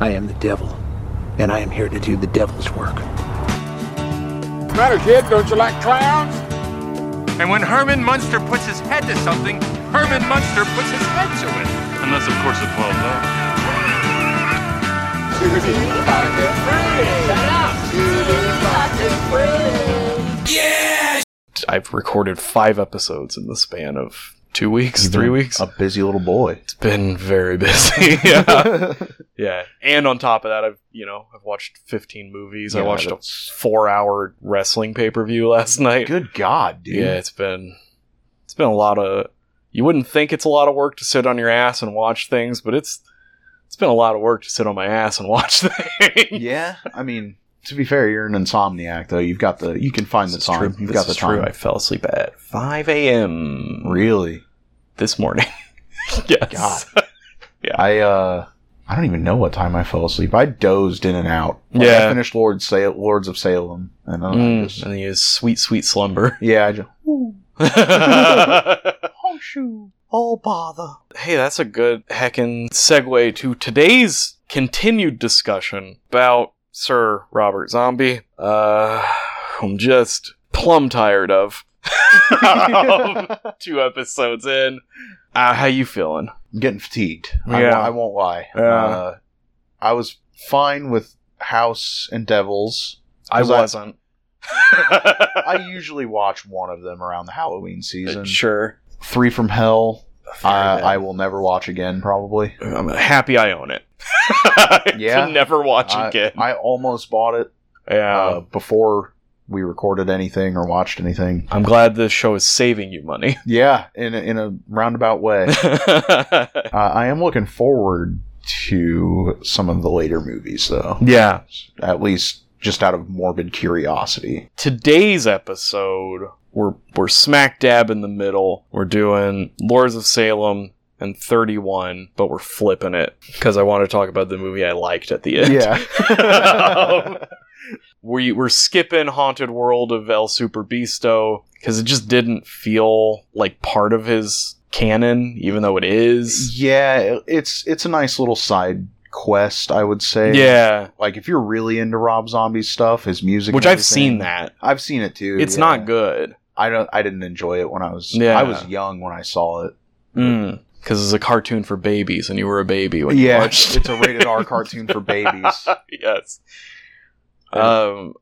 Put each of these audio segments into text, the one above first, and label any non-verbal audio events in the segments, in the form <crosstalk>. I am the devil, and I am here to do the devil's work. Matter, kid? Don't you like clowns? And when Herman Munster puts his head to something, Herman Munster puts his head to it. Unless, of course, it falls off. I've recorded five episodes in the span of two weeks, three weeks. A busy little boy. It's been very busy. <laughs> yeah. yeah. And on top of that, I've, you know, I've watched 15 movies. I Yeah, watched a that's- four hour wrestling pay per view last night. Good God, dude. Yeah, it's been, it's been a lot of, you wouldn't think it's a lot of work to sit on your ass and watch things, but it's, it's been a lot of work to sit on my ass and watch <laughs> things. Yeah, I mean, to be fair, you're an insomniac though. You've got the you can find This the is time. true. You've This got the is true. time. I fell asleep at 5 a.m. Really? this morning. <laughs> yes. God. Yeah. I uh I don't even know what time I fell asleep. I dozed in and out. Like, Yeah. I finished Lords Sa- Lords of Salem and then I Mm, just and he is sweet, sweet slumber. <laughs> Yeah, I just hey, Oh shoot. Oh bother. that's a good heckin' segue to today's continued discussion about Sir Robert Zombie, uh, whom just plumb tired <laughs> of. Two episodes in. Uh, how you feeling? I'm getting fatigued. I, Yeah. won't- I won't lie. Yeah. Uh, I was fine with House and Devils. I 'Cause I- wasn't. <laughs> <laughs> I usually watch one of them around the Halloween season. sure. Three from Hell. Uh, Fair I enough. will never watch again, probably. I'm happy I own it. <laughs> Yeah. To never watch I, again. Um, I almost bought it uh, yeah. before we recorded anything or watched anything. I'm glad this show is saving you money. <laughs> Yeah, in a, in a roundabout way. uh, I am looking forward to some of the later movies, though. yeah. At least just out of <laughs> morbid curiosity. Today's episode, we're we're smack dab in the middle. We're doing Lords of Salem and 31, but we're flipping it because I want to talk about the movie I liked at the end. Yeah. <laughs> Um, <laughs> we we're skipping Haunted World of El Super Bisto because it just didn't feel like part of his canon, even though it is. yeah, it- it's it's a nice little side quest, I would say. Yeah, Like if you're really into Rob Zombie stuff, his music, which and I've seen everything, that. I've seen it too. It's yeah. not good. I don't. I didn't enjoy it when I was. Yeah. I was young when I saw it. Because it's a cartoon for babies, and you were a baby when you Mm. yeah, watched. <laughs> it's a <laughs> rated R cartoon for babies. yes. Um.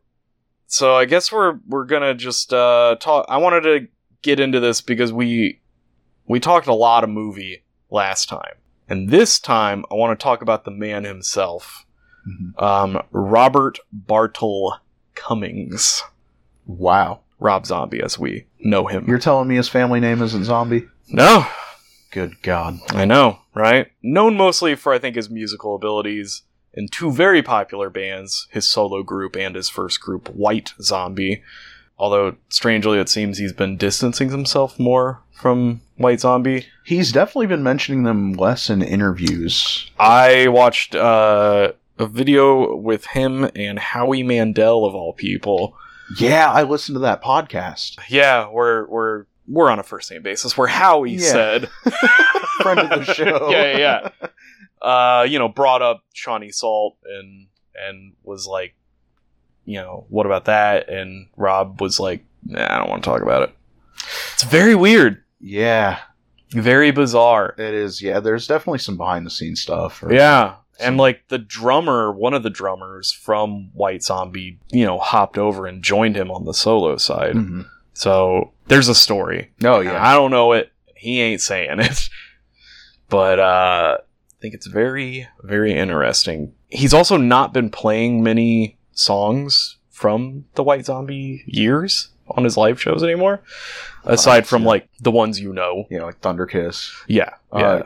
So I guess we're we're gonna just uh talk. I wanted to get into this because we we talked a lot of movie last time, and this time I want to talk about the man himself, Mhm. um, Robert Bartle Cummings, Wow, Rob Zombie, as we know him. you're telling me his family name isn't Zombie? no, Good God! I know, right? Known mostly for, I think, his musical abilities in two very popular bands his solo group and his first group, White Zombie. Although, strangely, it seems he's been distancing himself more from White Zombie. He's definitely been mentioning them less in interviews. I watched uh, a video with him and Howie Mandel, of all people. Yeah, I listened to that podcast. Yeah, we're, we're, we're on a first name basis, where Howie Yeah. said. Friend of <laughs> the show. yeah, yeah, yeah. Uh, you know, brought up Shawnee Salt and and was like, you know, what about that? And Rob was like, nah, I don't want to talk about it. It's very weird, Yeah, very bizarre. it is. Yeah, there's definitely some behind the scenes stuff. or- Yeah. And like the drummer, one of the drummers from White Zombie, you know, hopped over and joined him on the solo side. Mhm. So there's a story. Oh Yeah. yeah. I don't know it. He ain't saying <laughs> it. But uh, I think it's very, very interesting. He's also not been playing many songs from the White Zombie years on his live shows anymore, aside from yeah. like the ones you know. you know, like Thunder Kiss. Yeah, yeah. Uh,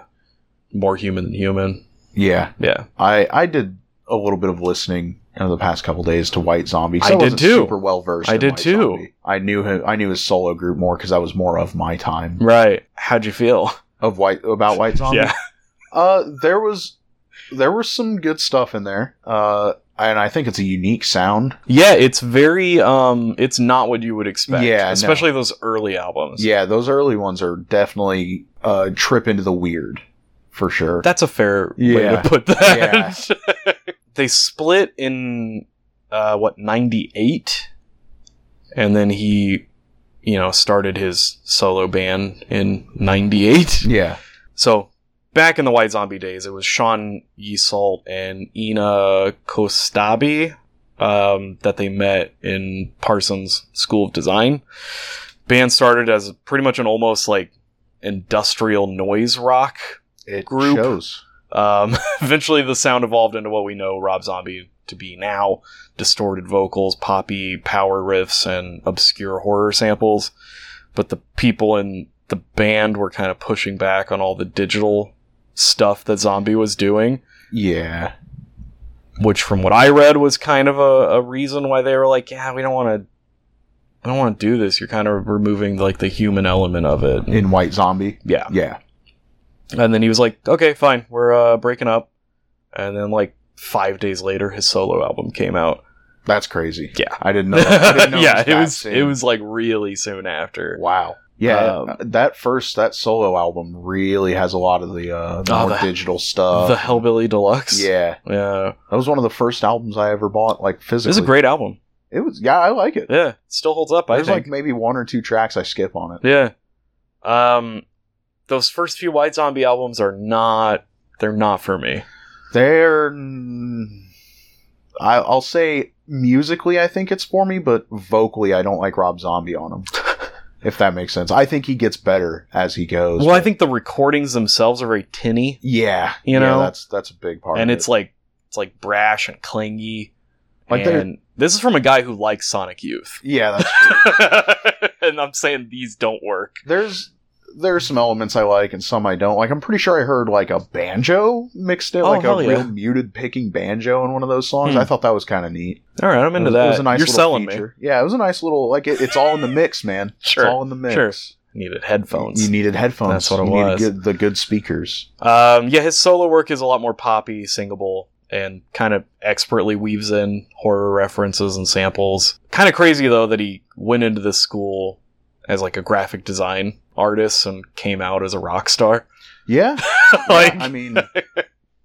More human than human. Yeah, Yeah, I I did a little bit of listening over the past couple days to White Zombie. I did wasn't too. Super well versed. I in did White too. Zombie. I knew him. I knew his solo group more because I was more of my time right. How'd you feel? <laughs> of White about White Zombie. Yeah. Uh, there was there was some good stuff in there. Uh, and I think it's a unique sound. Yeah, it's very. Um, it's not what you would expect. Yeah, no. especially those early albums. Yeah, those early ones are definitely uh, a trip into the weird for sure. that's a fair way Yeah. to put that. <laughs> they split in uh, what ninety eight, and then he, you know, started his solo band in ninety eight. Yeah. So back in the White Zombie days, it was Sean Yesalt and Ina Kostabi um, that they met in Parsons School of Design. Band started as pretty much an almost like industrial noise rock. It Group. shows. Um, <laughs> eventually, the sound evolved into what we know Rob Zombie to be now: distorted vocals, poppy power riffs, and obscure horror samples. But the people in the band were kind of pushing back on all the digital stuff that Zombie was doing Yeah. which from what I read was kind of a, a reason why they were like, yeah, we don't want to, I don't want to do this. You're kind of removing like the human element of it. In White Zombie. yeah. Yeah. And then he was like, okay, fine, we're uh, breaking up. And then like five days later, his solo album came out. That's crazy. Yeah. I didn't know. <laughs> I didn't know yeah, it that was soon. it was like really soon after. Wow. Yeah, Um, that first that solo album really has a lot of the, uh, the Oh, more the- digital stuff. the Hellbilly Deluxe. yeah, yeah, that was one of the first albums I ever bought, like this physically. is a great album. It was yeah, I like it. Yeah, it still holds up. I There's think. like maybe one or two tracks I skip on it. Yeah. Um those first few White Zombie albums are not they're not for me. They're, mm, I, I'll say musically, I think it's for me, but vocally, I don't like Rob Zombie on them. <laughs> if that makes sense, I think he gets better as he goes. Well, I think the recordings themselves are very tinny yeah, You yeah, know? that's that's a big part. and of it's it. like it's like brash and clingy. Like they're- and this is from a guy who likes Sonic Youth. yeah, that's <laughs> and I'm saying these don't work. there's there's some elements I like and some I don't like. I'm pretty sure I heard like a banjo mixed in, Oh, like a hell yeah. real muted picking banjo in one of those songs. Hmm. I thought that was kind of neat. All right, I'm It into was- that. It was a nice You're little selling feature. Yeah, it was a nice little like it, it's all in the <laughs> mix, man. Sure, it's all in the mix. sure. me. Needed headphones. You needed headphones. That's what it you was. Needed good, the good speakers. Um, yeah, his solo work is a lot more poppy, singable, and kind of expertly weaves in horror references and samples. Kind of crazy though that he went into this school as like a graphic design artist and came out as a rock star. <laughs> Yeah, like, I mean,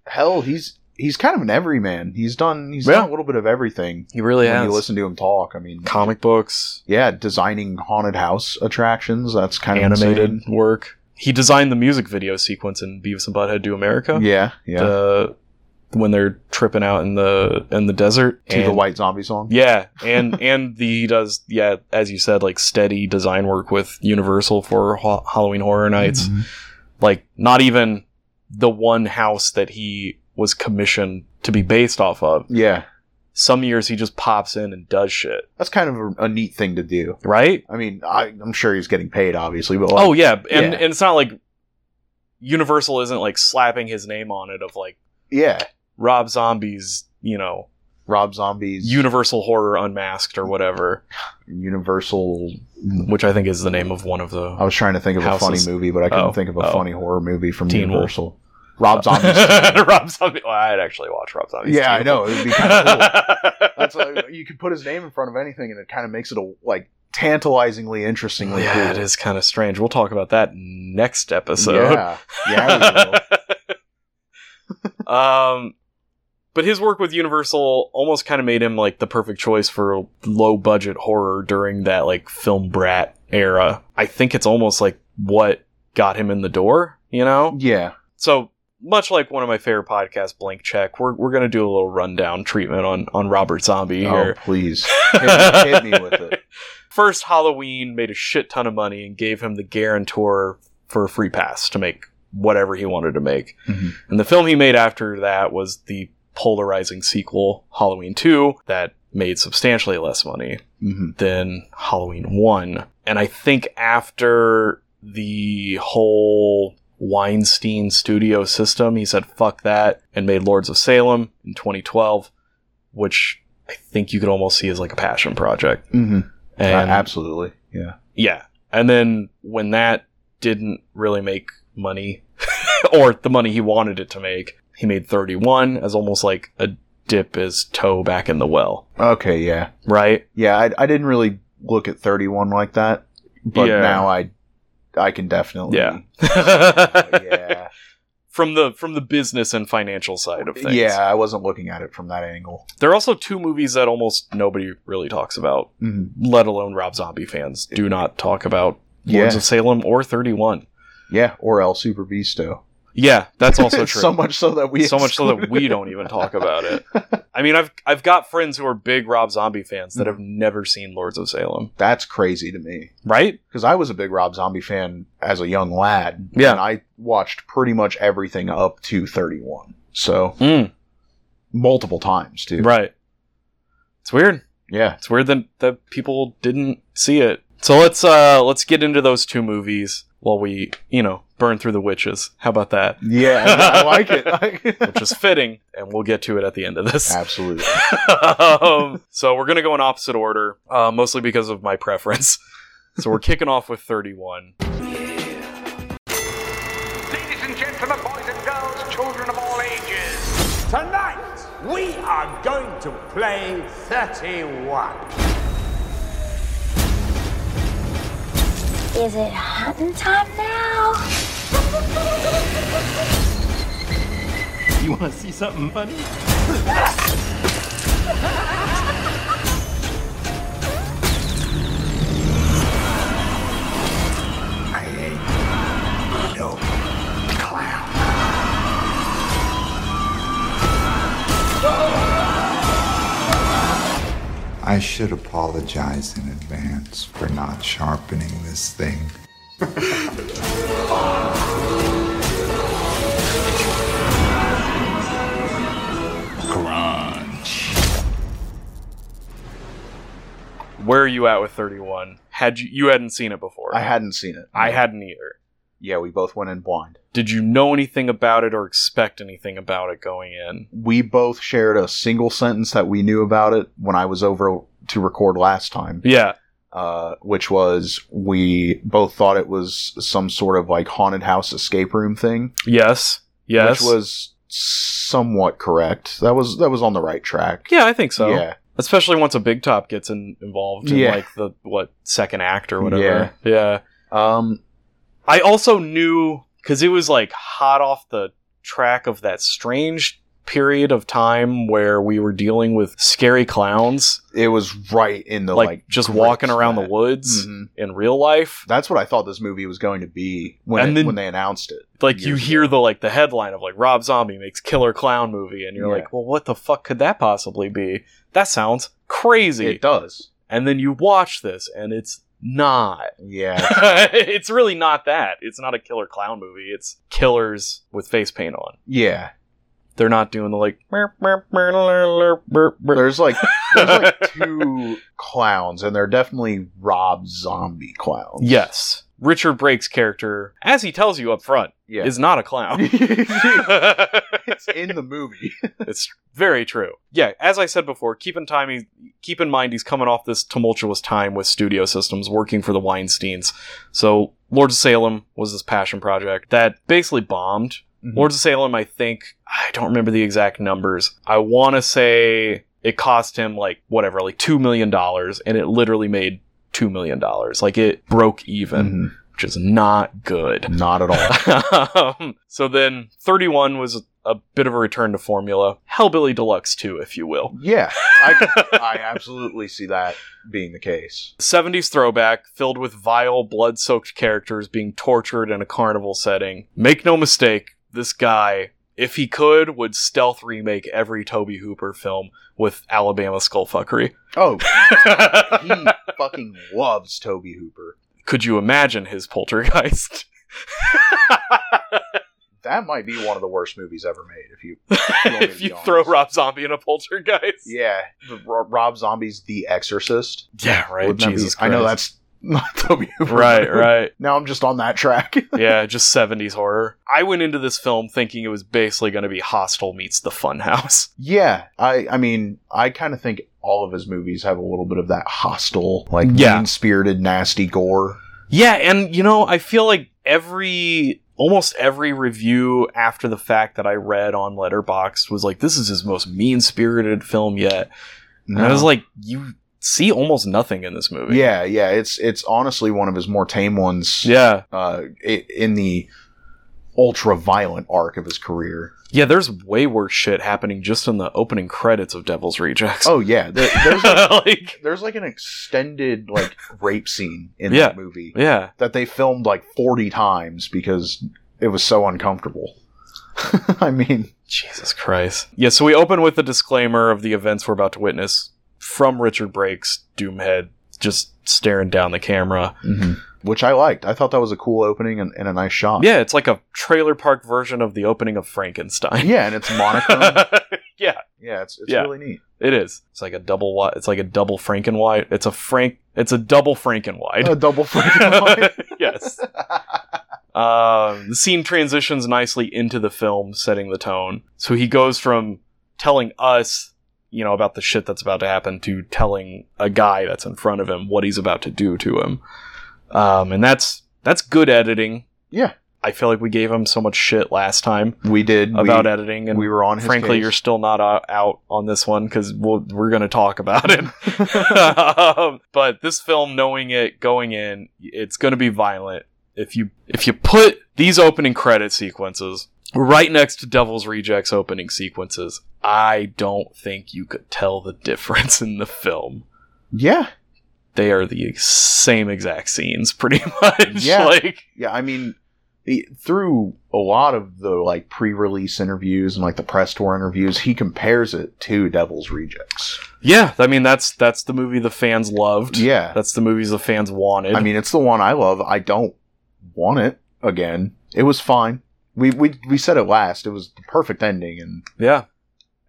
hell, he's he's kind of an everyman. He's done he's Yeah. done a little bit of everything. he really When has you listen to him talk, I mean, comic books, yeah, designing haunted house attractions. That's kind of animated insane. work. He designed the music video sequence in Beavis and Butthead Do America. Yeah, yeah. The- uh, when they're tripping out in the in the desert to the And- White Zombie song. Yeah, and <laughs> and the, he does yeah, as you said, like steady design work with Universal for ha- Halloween Horror Nights. Like not even the one house that he was commissioned to be based off of. Yeah, Some years he just pops in and does shit, that's kind of a, a neat thing to do. right? I mean, I, I'm sure he's getting paid, obviously, but like, oh yeah, and yeah. and it's not like Universal isn't like slapping his name on it of like yeah, Rob Zombie's, you know, Rob Zombie's Universal Horror Unmasked or whatever, Universal. which I think is the name of one of I the was trying to think of Houses. a funny movie, but I couldn't Oh, think of a oh. funny horror movie from Teen Wolf. Universal. <laughs> Rob Zombie's. Teen Wolf. Rob Zombie. Well, I'd actually watch Rob Zombie. yeah, I know. It would be kind of cool. <laughs> That's like, you could put his name in front of anything, and it kind of makes it a like tantalizingly interestingly yeah, cool. it is kind of strange. We'll talk about that next episode. Yeah, yeah. <laughs> we will. um, but his work with Universal almost kind of made him like the perfect choice for low budget horror during that like film brat era. I think it's almost like what got him in the door. You know, yeah. so much like one of my favorite podcasts, Blank Check, we're we're gonna do a little rundown treatment on on Robert Zombie Oh, here. <laughs> please <laughs> hit, hit me with it. first Halloween made a shit ton of money and gave him the guarantor for a free pass to make whatever he wanted to make. Mhm. And the film he made after that was the polarizing sequel, Halloween 2, that made substantially less money hmm than Halloween 1. And I think after the whole Weinstein studio system, he said, fuck that, and made Lords of Salem in 2012, which I think you could almost see as like a passion project. hmm Uh, And absolutely. Yeah. yeah. And then when that didn't really make money, <laughs> or the money he wanted it to make, he made 31 as almost like a dip his toe back in the well, Okay. Yeah. right? Yeah. I, I didn't really look at 31 like that, but Yeah. now I I can definitely. <laughs> Yeah. <laughs> yeah. from the from the business and financial side of things. Yeah, I wasn't looking at it from that angle. There are also two movies that almost nobody really talks about, Mhm. let alone Rob Zombie fans. Do not talk about Lords Yeah. of Salem or 31. Yeah, or El Super Visto. Yeah, that's <laughs> also true. so much so that we so much so that excluded we it. don't even talk about it. I mean, I've I've got friends who are big Rob Zombie fans Hmm. that have never seen Lords of Salem, <laughs> That's crazy to me right? because I was a big Rob Zombie fan as a young lad. Yeah. and I watched pretty much everything up to 31. So Mm, multiple times too. right. It's weird. Yeah. It's weird that that people didn't see it. So let's uh let's get into those two movies while we, you know, burn through the witches. How about that? <laughs> Yeah, I like it. <laughs> Which is fitting, and we'll get to it at the end of this. Absolutely. <laughs> um, so we're gonna go in opposite order, uh, mostly because of my preference. <laughs> So we're kicking off with 31. Ladies and gentlemen, boys and girls, children of all ages. Tonight, we are going to play 31. Is it hunting time now? You want to see something funny? I ain't no clown. I should apologize in advance for not sharpening this thing. Where are you at with 31? Had you you hadn't seen it before? I hadn't seen it. I hadn't either. Yeah, we both went in blind. Did you know anything about it or expect anything about it going in? We both shared a single sentence that we knew about it when I was over to record last time, Yeah. uh, which was we both thought it was some sort of like haunted house escape room thing, Yes. Yes. which was somewhat correct. That was that was on the right track. yeah, I think so. yeah, Especially once a big top gets in, involved in Yeah. like the what second act or whatever. Yeah. um, I also knew cuz it was like hot off the track of that strange period of time where we were dealing with scary clowns it was right in the like, like, just grips walking around that- the woods Mhm. in real life. That's what I thought this movie was going to be when And it- then- when they announced it. like you years hear the like the headline of like Rob Zombie makes killer clown movie and you're Yeah. like, "Well, what the fuck could that possibly be?" That sounds crazy. It does. And then you watch this and it's not. Yeah. <laughs> it's really not that. It's not a killer clown movie. It's killers with face paint on. Yeah. They're not doing the like "Merp, merp, merp, merp, merp, merp." There's like there's <laughs> like two clowns, and they're definitely Rob Zombie clowns. Yes. Richard Brake's character, as he tells you up front, Yeah. <laughs> is not a clown. it's in the movie. It's very true. Yeah, as I said before, keep in time he, keep in mind he's coming off this tumultuous time with studio systems working for the Weinsteins. So Lords of Salem was this passion project that basically bombed. Mhm. Lords of Salem, I think I don't remember the exact numbers. I want to say it cost him like whatever, like 2 million dollars and it literally made 2 million dollars. Like it broke even, Mm-hmm. which is not good. Not at all. Um, so then 31 was a bit of a return to formula. Hellbilly Deluxe 2, if you will. Yeah. I, <laughs> I absolutely see that being the case. 70s throwback, filled with vile, blood soaked characters being tortured in a carnival setting. Make no mistake, this guy, if he could, would stealth remake every Toby Hooper film with Alabama skullfuckery. Oh, he fucking loves Toby Hooper. could you imagine his poltergeist? That might be one of the worst movies ever made. If you, me to if be you honest. throw Rob Zombie in a poltergeist? yeah, the, Ro- Rob Zombie's The Exorcist. Yeah, right. Wouldn't that be- Jesus I know Christ. that's not <laughs> Toby Hooper. Right, right. Now I'm just on that track. <laughs> yeah, just 70s horror. I went into this film thinking it was basically going to be Hostel meets The Funhouse. <laughs> Yeah, I I mean, I kind of think all of his movies have a little bit of that hostile, like Yeah. mean-spirited, nasty gore. Yeah, and you know, I feel like every almost every review after the fact that I read on Letterboxd was like this is his most mean-spirited film yet. And I was like you see almost nothing in this movie. yeah, yeah, it's it's honestly one of his more tame ones. Yeah. uh, i in uh, the ultra violent arc of his career. Yeah, there's way worse shit happening just in the opening credits of Devil's Rejects. <laughs> Oh yeah, there, <laughs> there's like, like, there's like an extended like rape scene in Yeah. that movie yeah. that they filmed like 40 times because it was so uncomfortable. <laughs> I mean, Jesus Christ. Yeah, so we open with the disclaimer of the events we're about to witness from Richard Brakes, Doomhead, just staring down the camera. which I liked. I thought that was a cool opening and, and a nice shot. Yeah, it's like a trailer park version of the opening of Frankenstein. <laughs> yeah, and it's monochrome. yeah, yeah, it's it's Yeah. really neat. <laughs> it is. It's like a double wide. It's like a double Frankenwide. It's a Frank. It's a double Frankenwide. <laughs> A double frame. <laughs> yes. Um, the scene transitions nicely into the film, setting the tone. So he goes from telling us, you know, about the shit that's about to happen to telling a guy that's in front of him what he's about to do to him. Um, and that's that's good editing. yeah, I feel like we gave him so much shit last time we did about we, editing, and we were on. His frankly, case. you're still not o- out on this one because we'll, we're going to talk about <laughs> it. <laughs> Um, but this film, knowing it going in, it's going to be violent. If you if you put these opening credit sequences right next to Devil's Rejects opening sequences, I don't think you could tell the difference in the film. yeah, They are the same exact scenes, <laughs> pretty much. Yeah. Like, yeah. I mean, he- through a lot of the like pre-release interviews and like the press tour interviews, he compares it to Devil's Rejects. yeah. I mean, that's that's the movie the fans loved. Yeah, That's the movies the fans wanted. I mean, it's the one I love. I don't want it again. It was fine. We we we said it last. It was the perfect ending, and yeah.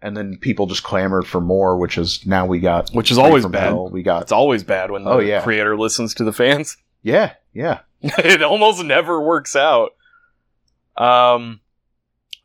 and then people just clamored for more, which is now we got Which is Free always From bad. Hell, We got It's always bad when the Oh, yeah. creator listens to the fans. <laughs> yeah, yeah. it almost never works out. Um,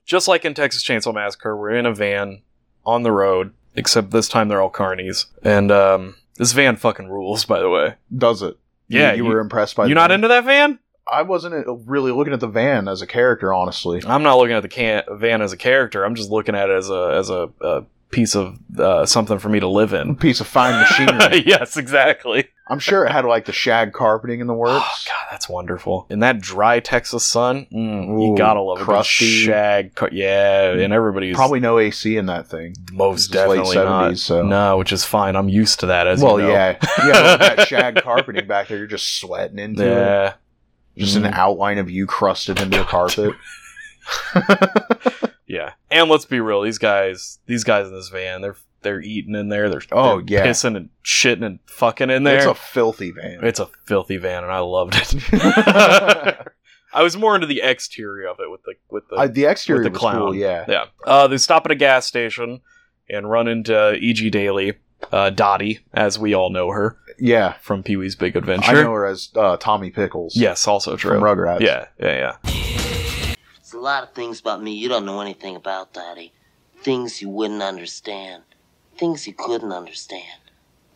just like in Texas Chainsaw Massacre, we're in a van on the road, except this time they're all carnies. And um, this van fucking rules, by the way. Does it? Yeah, you, you- were impressed by. you the not van? into that van? I wasn't uh, really looking at the van as a character, honestly. I'm not looking at the can- van as a character. I'm just looking at it as a as a, a piece of uh, something for me to live <laughs> in. Piece of fine <laughs> machinery. yes, exactly. I'm sure it had like the shag carpeting in the Oh, works. God, that's wonderful. In that dry Texas sun, mm, you Ooh, gotta love crusty. a good shag. cut- yeah, and everybody's Probably no AC in that thing. most this is late definitely not. 70s, so- No, which is fine. I'm used to that. As you well, know. yeah, yeah. But <laughs> that shag carpeting back there, you're just sweating into it. yeah. Just an outline of you crusted into the carpet. Yeah, and let's be real; these guys, these guys in this van, they're they're eating in there. They're Oh, they're yeah. pissing and shitting and fucking <laughs> in there. It's a filthy van. It's a filthy van, and I loved <laughs> it. <laughs> I was more into the exterior of it with the with the I, the exterior with the was clown. cool, yeah. yeah. Uh, they stop at a gas station and run into E.G. Daly, uh, Dottie, as we all know her Yeah. from Pee Wee's Big I Adventure. know her as uh, Tommy Pickles. Yes, also true. From Rugrats. Yeah, yeah, yeah. There's a lot of things about me you don't know anything about, Dottie. Things you wouldn't understand. Things you couldn't understand.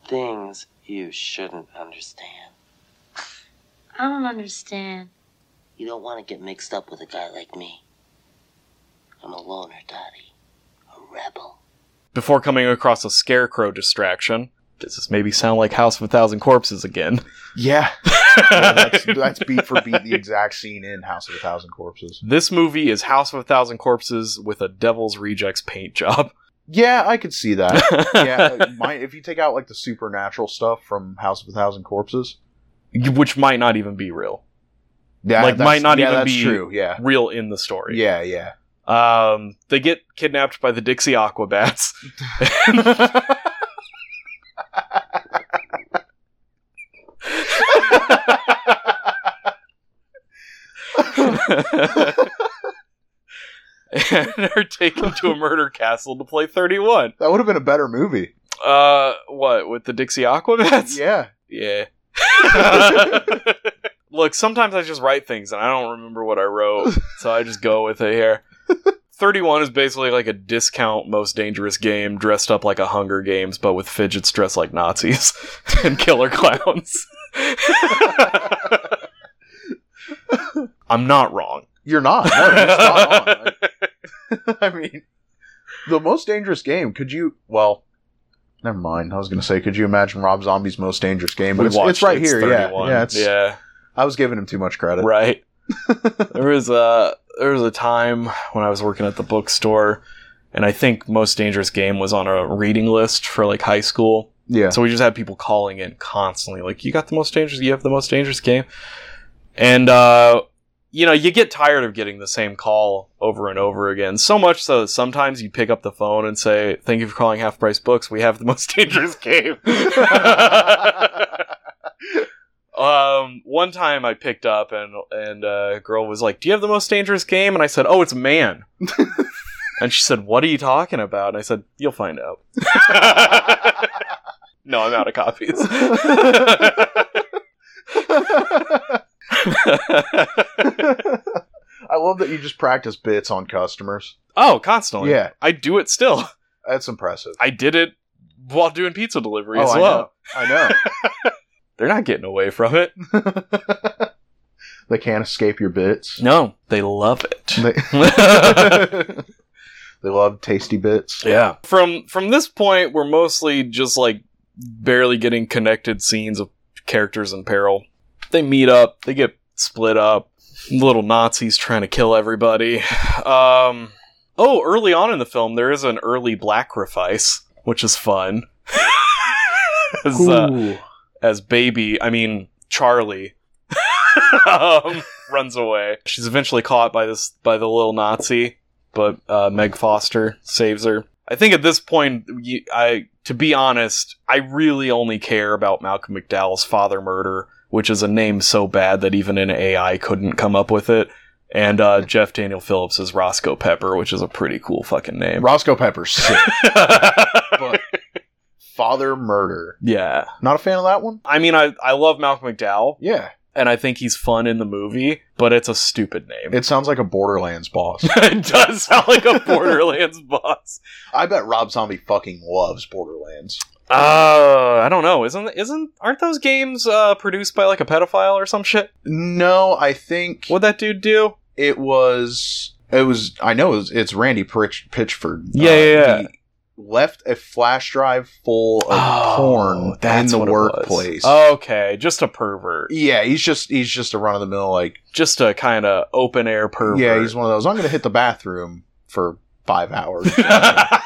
Things you shouldn't understand. I don't understand. You don't want to get mixed up with a guy like me. I'm a loner, Dottie. A rebel. Before coming across a scarecrow distraction, does this maybe sound like House of a Thousand Corpses again? <laughs> Yeah. <laughs> Yeah, that's, that's beat for beat the exact scene in House of a Thousand Corpses. This movie is House of a Thousand Corpses with a Devil's Rejects paint job. Yeah, I could see that. <laughs> yeah, my, if you take out like the supernatural stuff from House of a Thousand Corpses, <laughs> Which might not even be real. yeah, Like, that's- might not yeah, even that's be- true. Yeah, Real in the story. yeah, yeah. Um, they get kidnapped by the Dixie Aquabats. and are taken to a murder castle to play 31. That would have been a better movie. Uh, what, with the Dixie Aquabats? yeah, <laughs> Yeah. <laughs> Look, sometimes I just write things and I don't remember what I <laughs> wrote, so I just go with it here. 31 is basically like a discount most dangerous game dressed up like a Hunger Games, but with fidgets dressed like Nazis <laughs> and killer <laughs> clowns. I'm not wrong. you're not. No, it's not on. <laughs> <laughs> Like, I mean, the most dangerous game. Could you? Well, never mind. I was gonna say, could you imagine Rob Zombie's most dangerous game? But it's, it's right here. Yeah, yeah, it's- yeah. I was giving him too much credit. Right. there was a there was a time when I was working at the bookstore, and I think most dangerous game was on a reading list for like high school. Yeah. So we just had people calling in constantly, like, "You got the most dangerous. You have the most dangerous game," and uh, you know you get tired of getting the same call over and over again. So much so that sometimes you pick up the phone and say, "Thank you for calling Half Price Books. We have the most <laughs> dangerous game." Um, one time I picked up and and uh, a girl was like, "Do you have the most dangerous game?" And I said, "Oh, it's man." and she said, "What are you talking about?" And I said, "You'll find out." no, I'm out of <laughs> copies. <laughs> I love that you just practice bits on customers. oh, constantly. Yeah. I do it still. That's impressive. I did it while doing pizza delivery Oh, as I well. know. I <laughs> know. They're not getting away from it. they can't escape your bits. No, they love it. They, <laughs> <laughs> they love tasty bits. Yeah. From from this point, we're mostly just like barely getting connected scenes of characters in peril. They meet up, they get split up. Little Nazis trying to kill everybody. Um Oh, early on in the film there is an early blackrifice, which is fun. as, uh, Ooh. as baby, I mean Charlie <laughs> um, runs away. She's eventually caught by this by the little Nazi, but uh, Meg Foster saves her. I think at this point, you, I to be honest, I really only care about Malcolm McDowell's father murder, which is a name so bad that even an AI couldn't come up with it. And uh, Jeff Daniel Phillips is Roscoe Pepper, which is a pretty cool fucking name. Roscoe Pepper, <laughs> sick. but Father Murder. <laughs> yeah, Not a fan of that one? I mean, I I love Malcolm McDowell. Yeah. and I think he's fun in the movie, but it's a stupid name. It sounds like a Borderlands boss. <laughs> it does sound like a Borderlands boss. <laughs> I bet Rob Zombie fucking loves Borderlands. Uh, I don't know. Isn't isn't aren't those games uh, produced by like a pedophile or some shit? No, I think What'd that dude do? it was it was I know it was, it's Randy Pritch- Pitchford. Uh, Yeah, yeah, yeah. He left a flash drive full of Oh, porn in the what it was. workplace. Okay, just a pervert, Yeah, he's just he's just a run of the mill like just a kind of open air pervert. yeah, <laughs> he's one of those. I'm gonna hit the bathroom for five hours.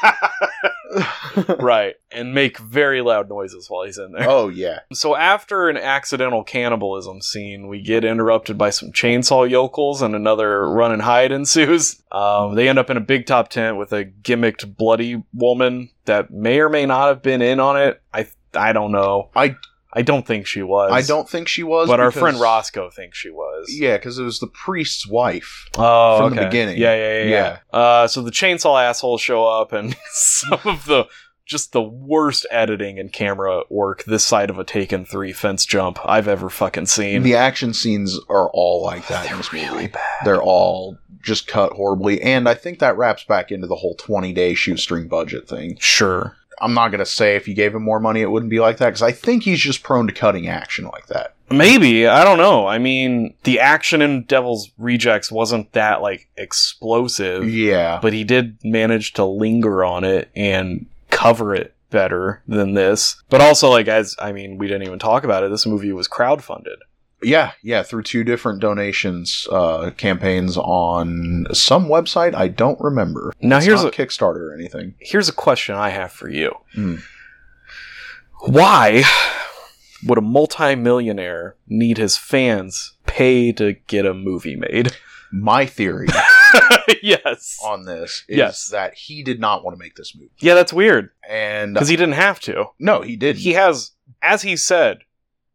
<laughs> <laughs> right, and make very loud noises while he's in there. <laughs> oh yeah, So after an accidental cannibalism scene, we get interrupted by some chainsaw yokels and another run and hide <laughs> ensues. Um, they end up in a big top tent with a gimmicked bloody woman that may or may not have been in on it. I I don't know. I- I don't think she was. I don't think she was. But our because- friend Roscoe thinks she was. Yeah, because it was the priest's wife. Oh, From the okay. beginning. Yeah, yeah, yeah. yeah. Uh, so the chainsaw assholes show up, and <laughs> some of the just the worst editing and camera work this side of a Taken Three fence jump I've ever fucking seen. The action scenes are all like that in this movie. They're all just cut horribly, and I think that wraps back into the whole 20 day shoestring budget thing. Sure. I'm not gonna say if you gave him more money, it wouldn't be like that because I think he's just prone to cutting action like that. Maybe I don't know. I mean, the action in Devil's Rejects wasn't that like explosive, Yeah, but he did manage to linger on it and cover it better than this. But also, like as I mean, we didn't even talk about it. This movie was crowdfunded. yeah, yeah. Through two different donations uh, campaigns on some website, I don't remember. Now It's here's not a Kickstarter or anything. here's a question I have for you. Hmm. Why would a multimillionaire need his fans pay to get a movie made? <laughs> My theory yes. on this is Yes. that he did not want to make this movie, Yeah, that's weird and because he didn't have to. no, he did. He has, as he said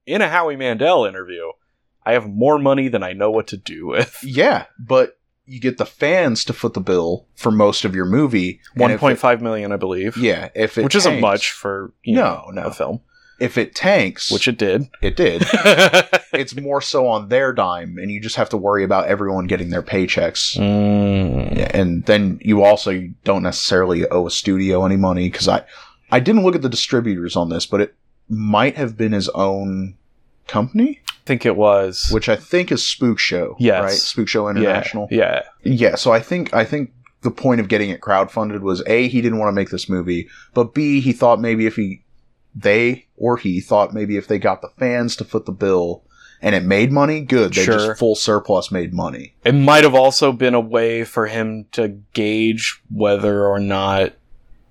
in a Howie Mandel interview, I have more money than I know what to do <laughs> with. Yeah, but you get the fans to foot the bill for most of your movie. and One if point five million, I believe. it- Yeah, if it which isn't tanks- much for you No, know, no. a film, If it tanks, which it <laughs> did. it <laughs> did, it's more so on their dime, and you just have to worry about everyone getting their paychecks. Mm. And then you also don't necessarily owe a studio any money because I, I didn't look at the distributors on this, but it might have been his own company, I think it was. which I think is Spook Show. Yes. right, Spook Show Yeah, International. yeah. Yeah, so I think I think the point of getting it crowdfunded was a he didn't want to make this movie, but b he thought maybe if he they or he thought maybe if they got the fans to foot the bill and it made money, good. They Sure. just full surplus made money. It might have also been a way for him to gauge whether or not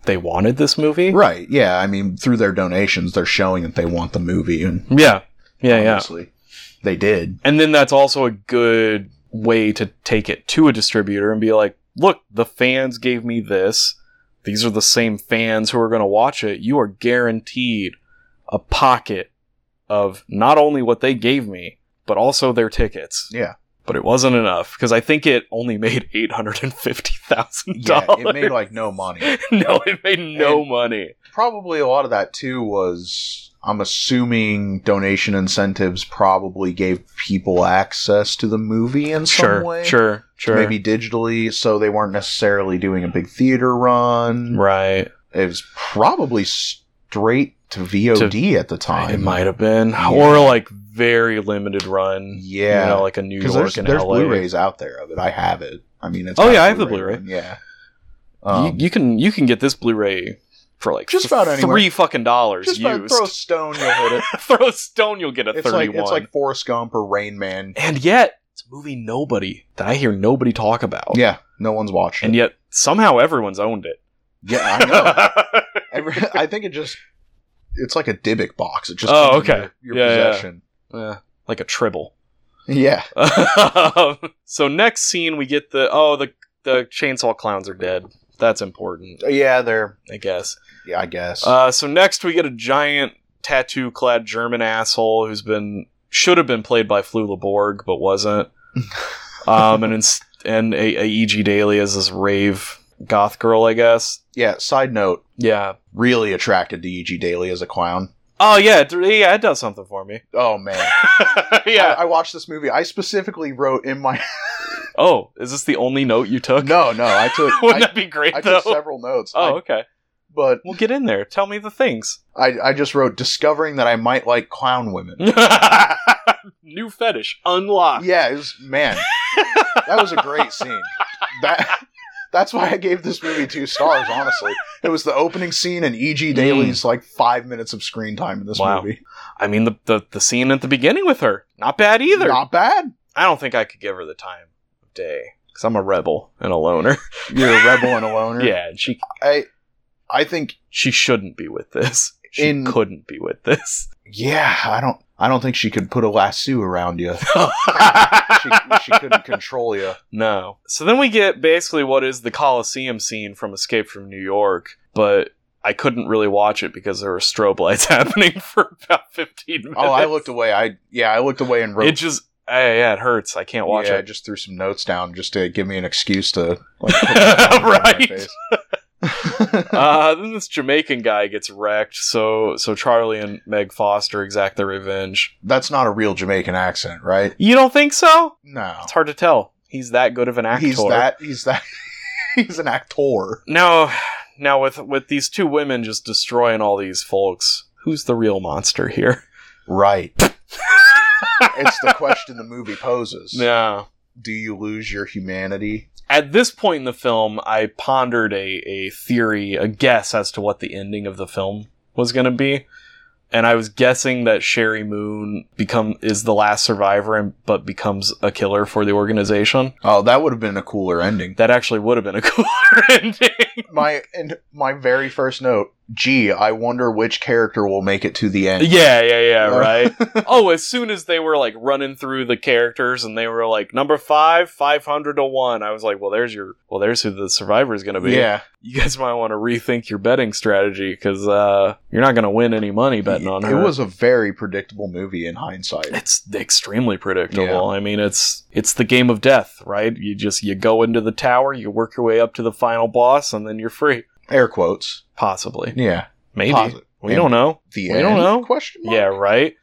they wanted this movie. Right. Yeah. I mean, through their donations, they're showing that they want the movie. And Yeah. Yeah, yeah. obviously, they did. And then that's also a good way to take it to a distributor and be like, look, the fans gave me this. These are the same fans who are going to watch it. You are guaranteed a pocket of not only what they gave me, but also their tickets. Yeah. But it wasn't enough because I think it only <laughs> made eight hundred and fifty thousand Yeah. dollars. It made like no money. <laughs> no, it made no And- money. probably a lot of that too was I'm assuming donation incentives probably gave people access to the movie in some Sure, way. sure, sure. Maybe digitally, so they weren't necessarily doing a big theater run. right. It was probably straight to VOD at the time. It might have been, Yeah. or like very limited run. Yeah. you know, like a New York because there's, and there's LA. Blu-rays out there of it. I have it. I mean, it's Oh, got yeah, I have the one, Blu-ray. Yeah, You- um, you, can you can get this Blu-ray for like Just th- about anywhere. three fucking dollars just about used. throw a stone, you'll hit it. <laughs> Throw, a stone, you'll get a it's like thirty-one. it's like Forrest Gump or Rain Man. and yet it's a movie nobody that I hear nobody talk about. Yeah, no one's watching. and yet somehow everyone's owned it. Yeah, <laughs> I know. Every, I think it just it's like a Dybbuk box. It just Oh, comes in okay. your, your Yeah, yeah. possession. Eh, like a tribble. Yeah. Um, so next scene we get the oh the the chainsaw clowns are dead. That's important, Uh, Yeah, they're I guess. yeah, I guess. Uh, so next we get a giant tattoo-clad German asshole who's been should have been played by Flew Borg but wasn't. <laughs> Um, and ins- and a, a E.G. Daily is this rave goth girl, I guess. yeah, side note, Yeah. really attracted to E.G. Daly as a clown. Oh yeah, it, yeah, it does something for me. <laughs> Oh man. yeah. I, I watched this movie. I specifically wrote in my oh, is this the only note you took? <laughs> No, no, I took <laughs> Wouldn't I, that be great I though? took several notes. oh, I- okay. but Well, get in there. Tell me the things. I I just wrote discovering that I might like clown women. <laughs> New fetish unlocked. yeah, it was man. That was a great scene. That that's why I gave this movie two stars. Honestly, it was the opening scene and E.G. Daly's like five minutes of screen time in this Mm. Wow. movie. I mean, the, the the scene at the beginning with her, not bad either. Not bad. I don't think I could give her the time of day because I'm a rebel and a loner. You're a rebel and a loner. yeah, and she I I think she shouldn't be with this. She In- couldn't be with this. yeah. I don't I don't think she could put a lasso around you. <laughs> she, she couldn't control you. <laughs> No. So then we get basically what is the Coliseum scene from Escape from New York, but I couldn't really watch it because there were strobe lights <laughs> happening for about 15 minutes. Oh, I looked away. I yeah, I looked away and wrote. It just, eh, yeah, it hurts. I can't watch yeah, I it. just threw some notes down just to give me an excuse to <laughs> like right. face. <laughs> uh, then this Jamaican guy gets wrecked. So, so Charlie and Meg Foster exact their revenge. That's not a real Jamaican accent, right? You don't think so? No. It's hard to tell. He's that good of an actor. He's that he's that <laughs> he's an actor. Now, now with with these two women just destroying all these folks, who's the real monster here? Right. <laughs> it's the question the movie poses. No. Do you lose your humanity? At this point in the film, I pondered a, a theory, a guess as to what the ending of the film was going to be. And I was guessing that Sherry Moon become is the last survivor, and, but becomes a killer for the organization. Oh, that would have been a cooler ending. That actually would have been a <laughs> cooler ending. My and my very first note, gee, I wonder which character will make it to the end. Yeah, yeah, yeah, Yeah. right. oh, as soon as they were like running through the characters and they were like number five, five hundred to one, I was like, well, there's your, well, there's who the survivor is going to be. Yeah. You guys might want to rethink your betting strategy because uh, you're not going to win any money betting on her. It was a very predictable movie in hindsight. It's extremely predictable. Yeah. I mean, it's it's the game of death, right? You just you go into the tower, you work your way up to the final boss, and then you're free. Air quotes. Possibly, Yeah. maybe Posit- we don't know. The We end? don't know. Question mark? Yeah, <laughs> right.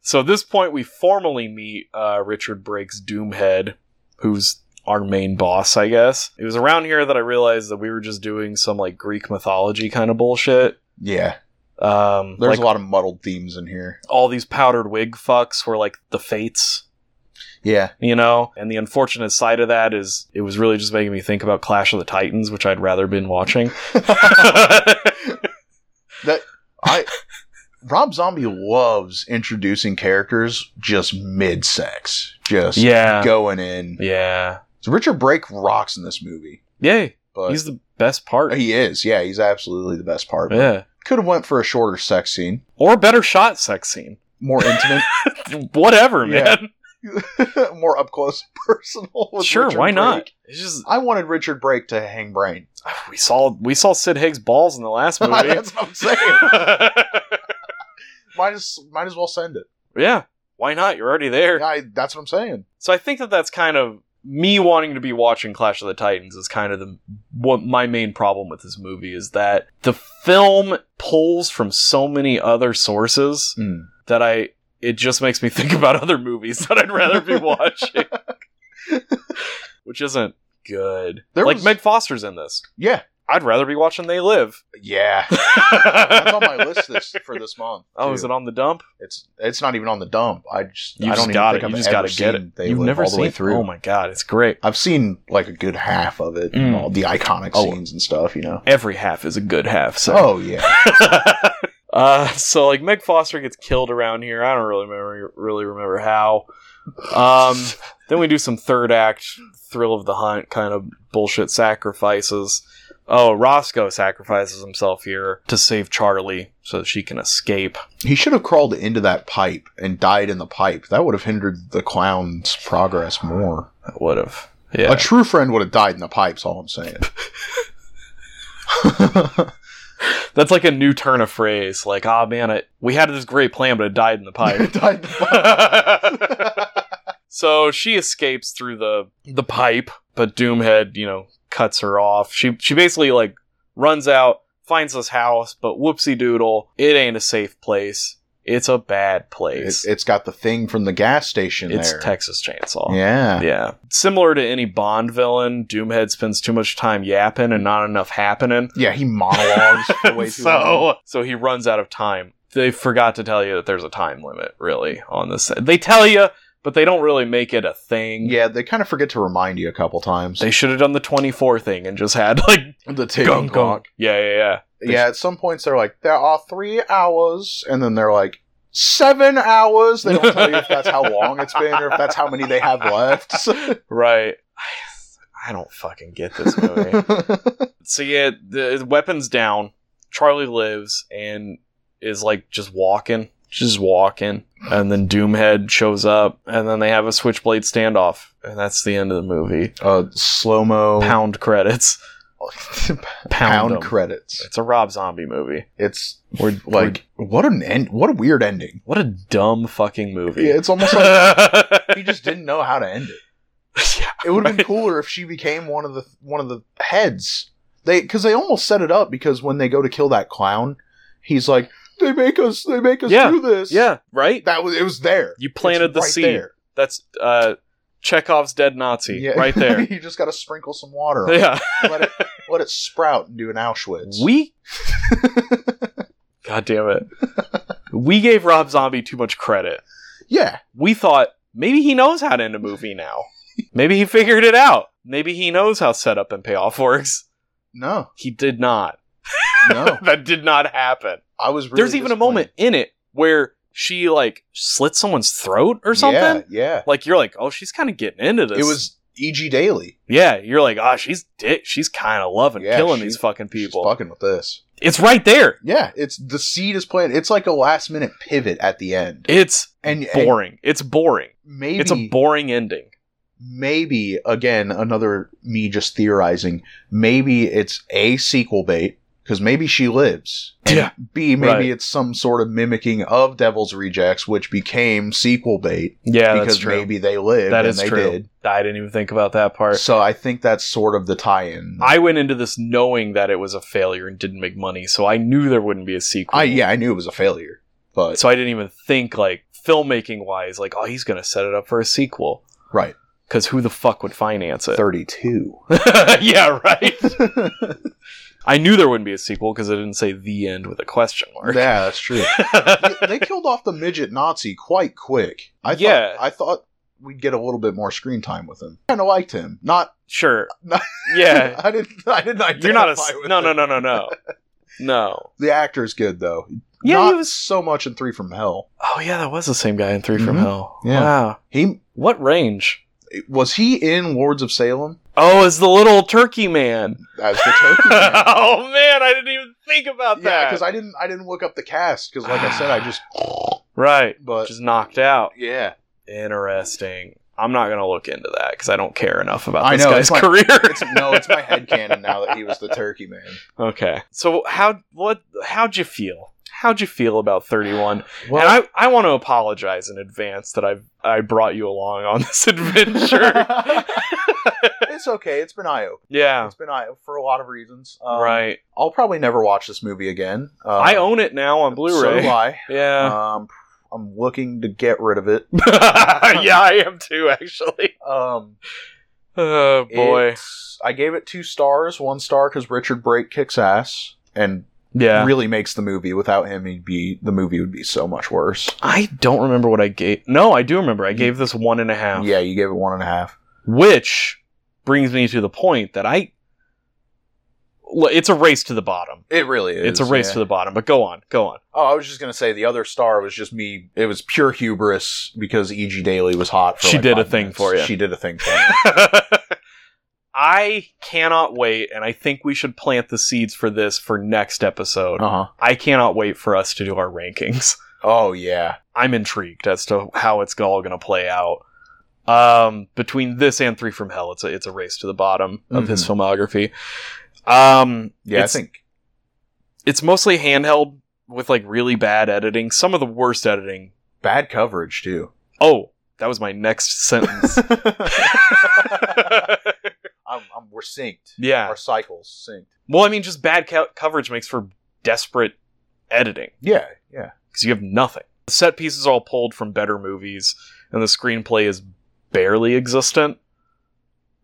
so at this point, we formally meet uh, Richard Brake's Doomhead, who's our main boss, I guess. It was around here that I realized that we were just doing some like Greek mythology kind of bullshit. Yeah. Um, There's like a lot of muddled themes in here. all these powdered wig fucks were like the fates, Yeah. you know. And the unfortunate side of that is it was really just making me think about Clash of the Titans, which <laughs> I'd rather been watching. I Rob Zombie loves introducing characters just mid sex, <laughs> just Yeah. going in. Yeah. So Richard Brake rocks in this movie, Yay. but He's the best part. he is. Yeah, he's absolutely the best part. Yeah. Could have went for a shorter sex scene, Or a better shot sex scene. more intimate, <laughs> Whatever, Yeah. man. more up close and personal. with Sure, Richard why Brake. not? It's just I wanted Richard Brake to hang brain. we saw we saw Sid Higgs balls in the last movie. <laughs> That's what I'm saying. might as might as well send it. <laughs> yeah. Why not? You're already there. I, that's what I'm saying. So I think that that's kind of me wanting to be watching Clash of the Titans is kind of the what my main problem with this movie is that the film pulls from so many other sources Hmm. that I it just makes me <laughs> think about other movies that I'd rather <laughs> be watching, which isn't good. There like was- Meg Foster's in this. Yeah, I'd rather be watching They Live. yeah. That's <laughs> on my list this for this month. Oh, too. is it on the dump? It's it's not even on the dump. I just You I just don't got even it. You think I've just ever got to get seen it. They You've Live never all the seen way through. Oh my god, it's great. I've seen like a good half of it, and Mm. all the iconic Oh. scenes and stuff. You know. Every half is a good half. So. Oh yeah, <laughs> uh, so like Meg Foster gets killed around here. I don't really remember really remember how. Um, then we do some third act thrill of the hunt kind of bullshit sacrifices. Oh, Roscoe sacrifices himself here to save Charlie so that she can escape. he should have crawled into that pipe and died in the pipe. That would have hindered the clown's progress more. That would have. Yeah. A true friend would have died in the pipes. All <laughs> I'm saying. That's like a new turn of phrase. Like, ah, man, I, we had this great plan, but it died in the <laughs> pipe. died in the pipe. <laughs> so she escapes through the the pipe, but Doomhead, you know, cuts her off. She she basically like runs out, finds this house, but whoopsie doodle, it ain't a safe place. It's a bad It, place. it's got the thing from the gas station it's there. Texas Chainsaw. Yeah. Yeah. Similar to any Bond villain, Doomhead spends too much time yapping and not enough happening. Yeah, he monologues <laughs> for way too so, long. so he runs out of time. They forgot to tell you that there's a time limit, really, on this. They tell you, but they don't really make it a thing. Yeah, they kind of forget to remind you a couple times. They should have done the 24 thing and just had, like, <laughs> the gung, gung. Yeah, yeah, yeah. Yeah, at some points they're like, there are three hours, and then they're like, seven hours. They don't tell you if that's how long it's been or if that's how many they have left. Right. I, I don't fucking get <laughs> this movie. so, yeah, the weapon's down. Charlie lives and is, like, just walking. Just walking. And then Doomhead shows up, and then they have a switchblade standoff. And that's the end of the movie. uh, slow mo <laughs> pound, pound credits. Pound, them. credits. It's a Rob Zombie movie. It's we're like what an end. What a weird ending. What a dumb fucking movie. <laughs> Yeah, it's almost like he just didn't know how to end it. Yeah, It would have been right. cooler if she became one of the one of the heads. They because they almost set it up because when they go to kill that clown, he's like, "They make us, they make us Yeah, do <laughs> this." Yeah, right? that was it. Was there? You planted It's the right seed. there. That's uh, Chekhov's dead Nazi Yeah. <laughs> right there. <laughs> you just got to sprinkle some water. On it. yeah. Let it let it sprout and do an Auschwitz. <laughs> We. God damn it. We gave Rob Zombie too much credit. yeah, we thought maybe he knows how to end a movie <laughs> now. maybe he figured it out. Maybe he knows how setup and payoff works. no, He did not. no. <laughs> that did not happen. I was. Really There's even a disappointed. moment in it where she like slit someone's throat or something. Yeah, Like you're like, oh, she's kind of getting into yeah. this. It was E.G. Daily. yeah. You're like, ah, she's dick. She's kind of loving Yeah, killing she- these fucking She's people. fucking with this. It's right there. Yeah, it's the seed is planted. It's like a last minute pivot at the end. It's And, and boring. it's boring. maybe It's a boring ending. maybe again another me just theorizing maybe it's a sequel bait because maybe she lives and Yeah. b maybe Right. it's some sort of mimicking of devil's rejects which became sequel bait Yeah, that's because true. maybe they lived that and is they true. did I didn't even think about that part. so i think that's sort of the tie-in I went into this knowing that it was a failure and didn't make money, so I knew there wouldn't be a sequel. I- yeah i knew it was a failure but So I didn't even think like filmmaking wise, like oh, he's gonna set it up for a sequel <laughs> right because who the fuck would finance <laughs> it? 32 yeah, right. I knew there wouldn't be a sequel because it didn't say the end with a question mark. <laughs> yeah <laughs> that's true They- they killed off the midget nazi quite quick i Yeah. thought i thought we'd get a little bit more screen time with him kind of liked him not sure. <laughs> No. Yeah, <laughs> I didn't. I didn't. you're not a identify s- with no, no, <laughs> it. no, no, no. No. The actor's good though. Yeah, Not he was. so much in Three from Hell. Oh yeah, that was the same guy in 3 from Mhm. Hell. Yeah. Wow. He What range? was he in Lords of Salem Oh, is the little turkey <laughs> man. as the <laughs> Turkey Man. oh man, I didn't even think about yeah, that. because I didn't I didn't look up the cast because like I said I just right, but just knocked out. yeah Interesting. I'm not gonna look into that because I don't care enough about I this know, guy's it's like- career. it's no it's my head canon now that he was the Turkey Man. okay. So how what how'd you feel? How'd you feel about 31? Well, and I, I want to apologize in advance that I I brought you along on <laughs> this <laughs> adventure. it's okay. It's been eye opening. yeah. It's been eye for a lot of reasons. Um, right. I'll probably never watch this movie again. Uh, I own it now on So Blu-ray. do I. <laughs> yeah. Um, I'm looking to get rid of it. yeah, I am too <laughs> actually. Um, Oh boy. it's- I gave it two stars. One star because Richard Brake kicks ass and yeah. really makes the movie. Without him, he'd be the movie would be so much worse. I don't remember what I gave. No, I do remember. I gave this one and a half. Yeah, you gave it one and a half. Which brings me to the point that I. L- It's a race to the bottom. It really is. it's a race yeah. to the bottom. But go on, go on. Oh, I was just gonna say the other star was just me. It was pure hubris because E.G. Daly was hot. For She like did five a thing minutes. for ya. She did a thing for <laughs> me. <laughs> I cannot wait, and I think we should plant the seeds for this for next episode. uh huh. I cannot wait for us to do our rankings. <laughs> Oh yeah. I'm intrigued as to how it's all going to play out. Um, between this and Three from Hell, it's a it's a race to the bottom of his filmography. Um, Yeah, it's- I think it's mostly handheld with like really bad editing. Some of the worst editing. bad coverage <laughs> too. Oh, that was my next <laughs> sentence. I'm, I'm, we're synced. yeah. Our cycles synced. Well, I mean, just bad co- coverage makes for desperate editing Yeah, yeah. because you have nothing. The set pieces are all pulled from better movies, and the screenplay is barely existent.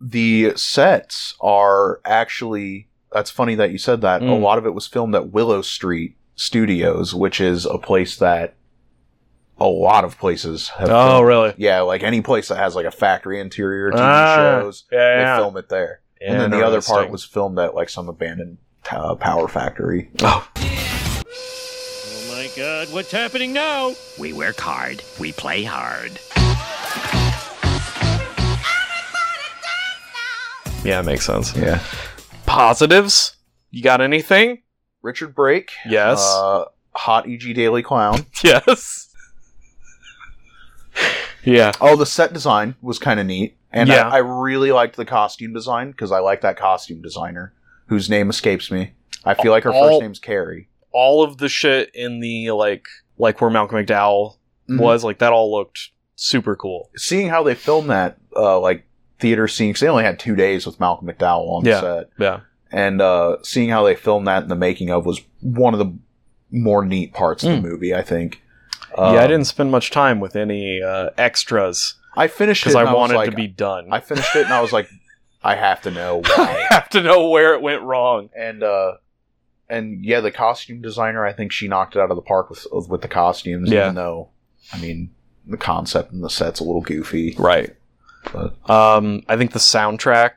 The sets are actually. That's funny that you said that. A Mm. lot of it was filmed at Willow Street Studios, which is a place that a lot of places have. Oh, filmed. really? Yeah, like any place that has like a factory interior, TV Ah, shows, Yeah. they yeah. film it there. And then the other part Interesting. was filmed at like some abandoned uh, power factory. Oh my god, what's happening now? We work hard, we play hard. Yeah, it makes sense. Yeah. Positives? You got anything? Richard Brake. Yes. Uh, hot EG Daily Clown. <laughs> yes. yeah. Oh, the set design was kind of neat, and Yeah. I, I really liked the costume design because I like that costume designer whose name escapes me. I feel like her All- first name's Carrie. all of the shit in the like like where Malcolm McDowell Mhm. was, like that all looked super cool. Seeing how they filmed that, uh, like theater scene, because they only had two days with Malcolm McDowell on Yeah. set, Yeah. and uh, seeing how they filmed that in the making of was one of the more neat parts of the movie. I think. Um, Hmm. yeah, I didn't spend much time with any uh, extras I finished it because I and was wanted to like- be done. I finished it, and I was like, I have to know why. <laughs> have to know where it went wrong. and uh and yeah the costume designer i think she knocked it out of the park with with the costumes Yeah. even though i mean the concept and the set's a <laughs> little goofy Right. Um, I think the soundtrack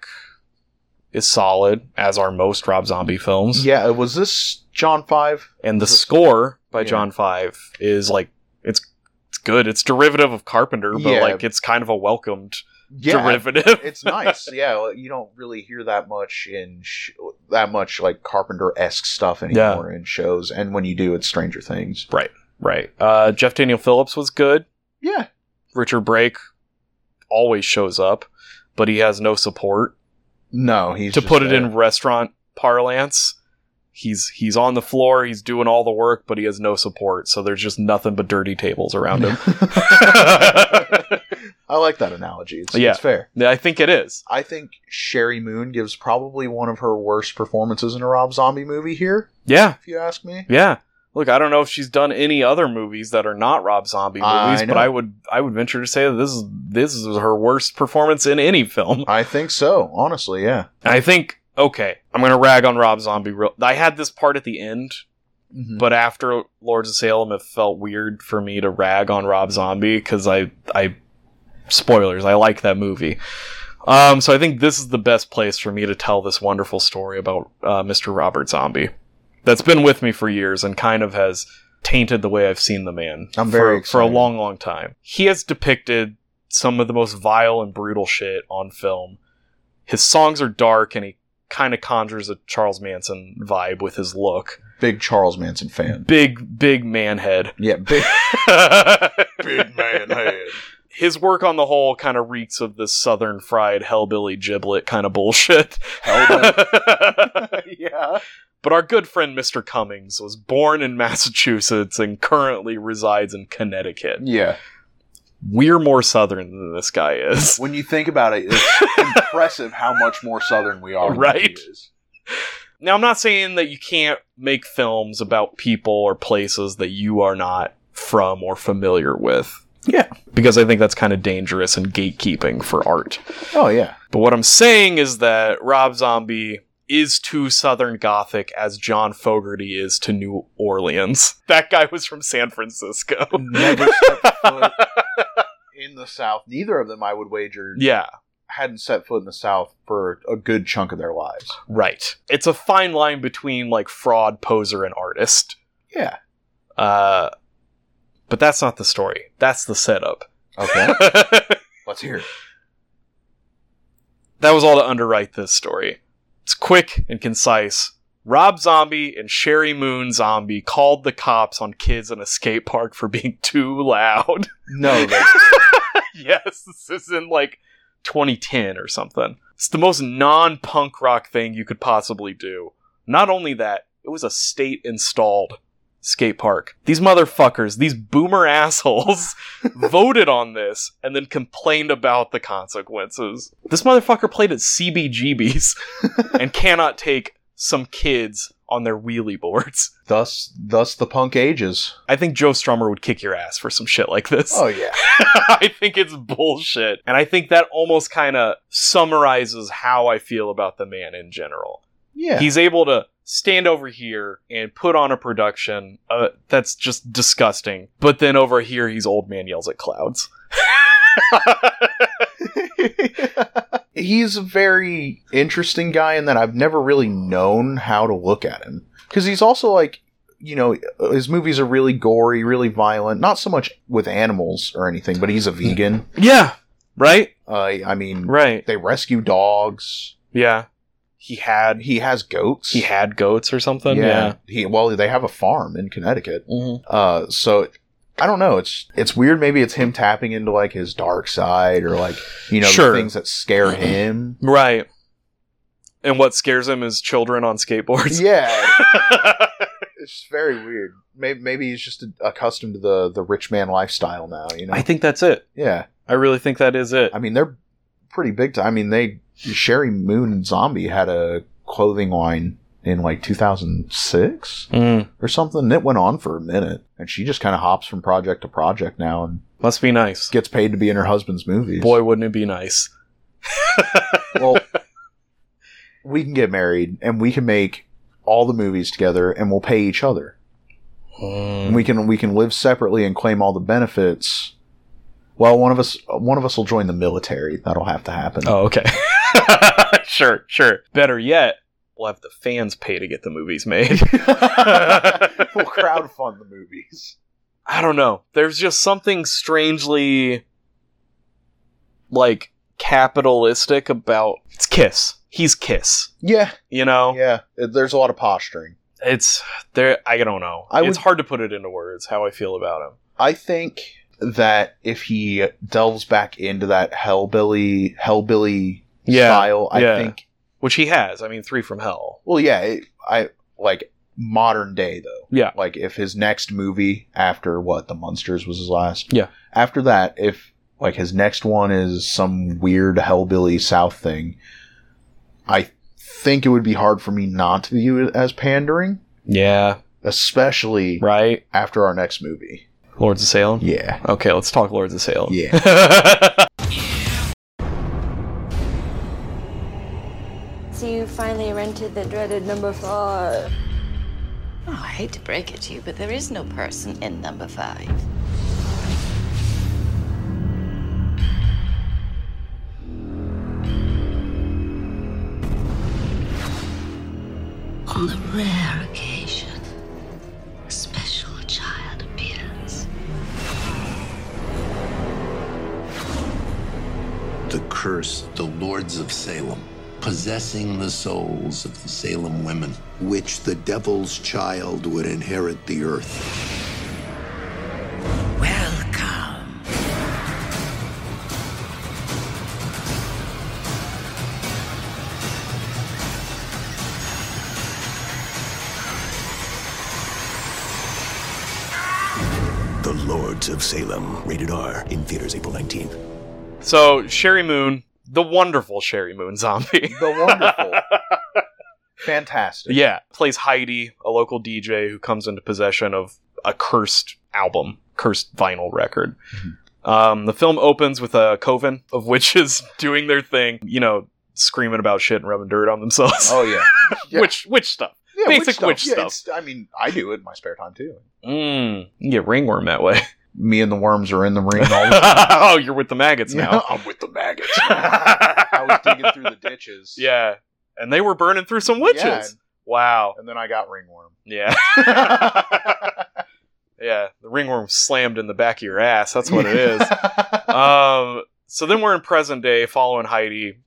is solid, as are most Rob Zombie films. yeah was this john five And the score by Yeah. John Five is like it's it's good. It's derivative of Carpenter, but Yeah. like it's kind of a welcomed yeah derivative. it's nice yeah well, you don't really hear that much in sh- that much like carpenter-esque stuff anymore in shows and when you do it's stranger things <laughs> Right. Uh, Jeff Daniel Phillips was good. yeah Richard Brake always shows up, but he has no support. no he's to just put it there. in restaurant parlance, he's he's on the floor, he's doing all the work, but he has no support. So there's just nothing but dirty tables around <laughs> him. i like that analogy it's, Yeah. it's fair Yeah, I think it is. I think Sherry Moon gives probably one of her worst performances in a Rob Zombie movie here, Yeah, if you ask me. yeah. Look, I don't know if she's done any other movies that are not Rob Zombie I movies, but know. I would I would venture to say that this is this is her worst performance in any film. I think so, honestly, yeah. I think okay, I'm gonna rag on Rob Zombie. Real, I had this part at the end, Mm-hmm. but after Lords of Salem, it felt weird for me to rag on Rob Zombie because I, I, spoilers, I like that movie. Um, so I think this is the best place for me to tell this wonderful story about uh, Mr. Robert Zombie. that's been with me for years and kind of has tainted the way I've seen the man. I'm very for, for a excited. long, long time. He has depicted some of the most vile and brutal shit on film. His songs are dark, and he kind of conjures a Charles Manson vibe with his look. Big Charles Manson fan. Big, big man <laughs> head. Yeah, big big man head. His work on the whole kind of reeks of the southern fried hellbilly giblet kind of bullshit. <laughs> yeah. But our good friend Mr. Cummings was born in Massachusetts and currently resides in Connecticut. Yeah. We're more southern than this guy is. When you think about it, <laughs> it's impressive how much more southern we are. than Right. he is. Now, I'm not saying that you can't make films about people or places that you are not from or familiar with. Yeah. Because I think that's kind of dangerous and gatekeeping for art. Oh yeah. But what I'm saying is that Rob Zombie is to Southern Gothic as John Fogerty is to New Orleans. <laughs> That guy was from San Francisco. Never stepped <laughs> foot in the South. Neither of them, I would wager, yeah, hadn't set foot in the South for a good chunk of their lives. right. It's a fine line between like fraud, poser, and artist. Yeah. Uh, but that's not the story. That's the setup. <laughs> Okay. that Let's <laughs> hear it. was all to underwrite this story. It's quick and concise. Rob Zombie and Sherry Moon Zombie called the cops on kids in a skate park for being <laughs> too loud. No, they- <laughs> yes, this is in like 2010 or something. It's the most non punk rock thing you could possibly do. Not only that, it was a state installed skate park. These motherfuckers, these boomer <laughs> assholes, voted on this and then complained about the consequences. This motherfucker played at <laughs> CBGB's and cannot take some kids on their wheelie boards. thus, thus the punk ages. I think Joe Strummer would kick your ass for some shit like this. Oh yeah. <laughs> I think it's bullshit. And I think that almost kind of summarizes how I feel about the man in general. Yeah. He's able to stand over here and put on a production uh, that's just disgusting. But then over here, he's old man yells at <laughs> clouds. <laughs> he's a very interesting guy in that I've never really known how to look at him because he's also like you know his movies are really gory, really violent. Not so much with animals or anything, but he's <laughs> a vegan. Yeah. Right? Uh, I mean, Right. they rescue dogs. Yeah. He had He has goats. he had goats or something. Yeah. He well, they have a farm in Connecticut. Uh, so I don't know. It's it's weird. Maybe it's him tapping into like his dark side or like you know the Sure. things that <clears throat> scare him. Right. And what scares him is children on skateboards. Yeah, it's very weird. Maybe, maybe he's just accustomed to the the rich man lifestyle now. You <laughs> know? I think that's it. yeah. I really think that is it. I mean, they're pretty big. Time. I mean, they Sherry Moon Zombie had a clothing line in like 2006 Mm, or something. It went on for a minute, and she just kind of hops from project to project now and must be nice. gets paid to be in her husband's movies. Boy, wouldn't it be nice. well, we can get married and we can make all the movies together, and we'll pay each other. Mm. And we can we can live separately and claim all the benefits. Well, one of us one of us will join the military. That'll have to happen. Oh, okay. <laughs> sure, sure. Better yet, we'll have the fans pay to get the movies <laughs> made. <laughs> <laughs> we'll crowdfund the movies. I don't know. There's just something strangely like capitalistic about it's Kiss. He's Kiss. Yeah, You know? yeah. There's a lot of posturing. It's there I don't know. I it's would- hard to put it into words how I feel about him. I think that if he delves back into that hellbilly hellbilly Yeah, style, I yeah. think. Which he has. I mean, Three from Hell. Well, yeah. It, I like modern day though. Yeah. Like if his next movie after what the Munsters was his last. Yeah. After that, if like his next one is some weird hellbilly South thing, I think it would be hard for me not to view it as pandering, Yeah. especially Right? after our next movie. Lords of Salem? Yeah. Okay, let's talk Lords of Salem. Yeah. So you finally rented the dreaded number five. Oh, I hate to break it to you, but there is no person in number five. On the rare occasion cursed the lords of Salem, possessing the souls of the Salem women, which the devil's child would inherit the earth. The Lords of Salem, rated R, in theaters April 19th. <laughs> So Sherry Moon, the wonderful Sherry Moon zombie. The <laughs> wonderful. Fantastic. yeah, plays Heidi, a local DJ who comes into possession of a cursed album, cursed vinyl record. Mm-hmm. Um, the film opens with a coven of <laughs> witches doing their thing, you know, screaming about shit and rubbing dirt on themselves. Oh, <laughs> yeah. Which witch stuff. <laughs> Yeah, Basic witch Yeah, stuff. it's- I mean, I do it in my spare time too. Mm, you can get ringworm that <laughs> way. Me and the worms are in the <laughs> ring. All oh, you're with the <laughs> maggots now. I'm with the maggots. <laughs> I was <laughs> digging through the ditches. Yeah. And they were burning through some witches. Yeah. Wow. And then I got <laughs> ringworm. Yeah. yeah. The ringworm slammed in the back of your ass. That's what it <laughs> <laughs> is. Uh, um, so then we're in present day following Heidi.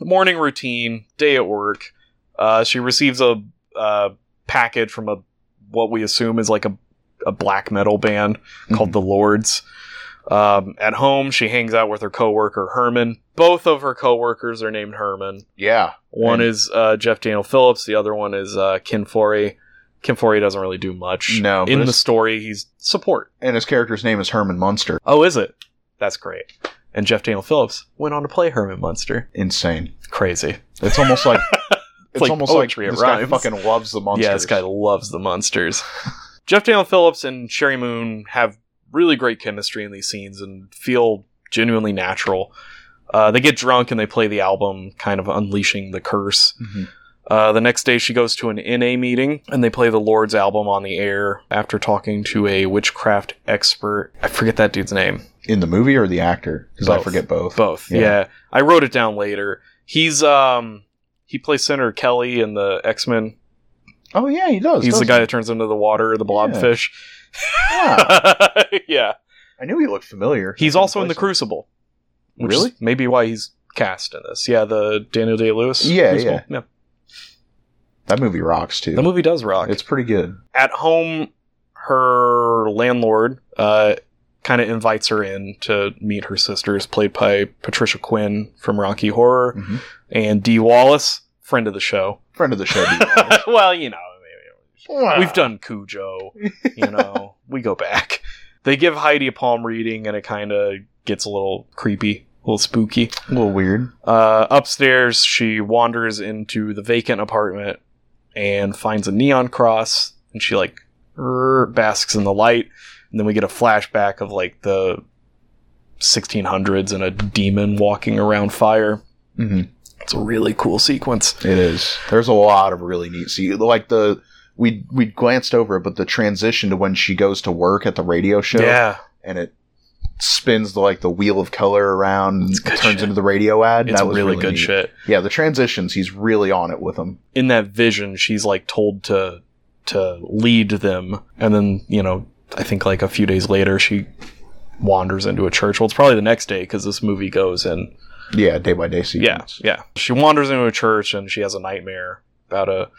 Morning routine, day at work. Uh, she receives a uh, package from a what we assume is like a, a black metal band Mhm. called the Lords. Um, at home, she hangs out with her coworker Herman. Both of her coworkers are named Herman. Yeah. One And- is uh, Jeff Daniel Phillips. The other one is uh, Ken Forey. Ken Forey doesn't really do much. No, but in the it's- story, he's support. And his character's name is Herman Munster. Oh, is it? That's great. And Jeff Daniel Phillips went on to play Herman Munster. Insane. Crazy. It's <laughs> almost like it's like almost like poetry, it this guy rhymes. fucking loves the monsters. Yeah, this guy loves the monsters. <laughs> Jeff Daniel Phillips and Sherry Moon have really great chemistry in these scenes and feel genuinely natural. Uh, they get drunk and they play the album, kind of unleashing the curse. Uh, the next day, she goes to an NA meeting and they play the Lord's album on the air after talking to a witchcraft expert. I forget that dude's name. in the movie or the actor because I Both. forget both. Both. Yeah. I wrote it down later. He's um he plays Senator Kelly in the X Men. Oh yeah, he does. He's the doesn't guy that turns into the water, the blobfish. <laughs> <laughs> Yeah. I knew he looked familiar. He's also in the Crucible. Which Really? Is maybe why he's cast in this. Yeah, the Daniel Day Lewis. Yeah, yeah. yeah. That movie rocks too. The movie does rock. It's pretty good. at home her landlord uh, kind of invites her in to meet her sisters played by patricia quinn from rocky horror Mm-hmm. and dee wallace friend of the show friend of the <laughs> show <laughs> well you know Uh. we've done cujo you know we go back they give heidi a palm reading and it kind of gets a little creepy a little spooky A little weird. uh, upstairs, she wanders into the vacant apartment and finds a neon cross, and she like er, basks in the light. And then we get a flashback of like the 1600s and a demon walking around fire. Mm-hmm. It's a really cool sequence. It is. There's a lot of really neat. See, like the we we glanced over it, but the transition to when she goes to work at the radio show. Yeah. and it spins the like the wheel of color around and turns into the radio ad. It's that was really good neat. shit. Yeah, the transitions. He's really on it with them. In that vision, she's like told to to lead them, and then you know, I think like a few days later, she wanders into a church. Well, it's probably the next day because this movie goes in Yeah, day by day Yeah, sequence. yeah. She wanders into a church and she has a nightmare about a,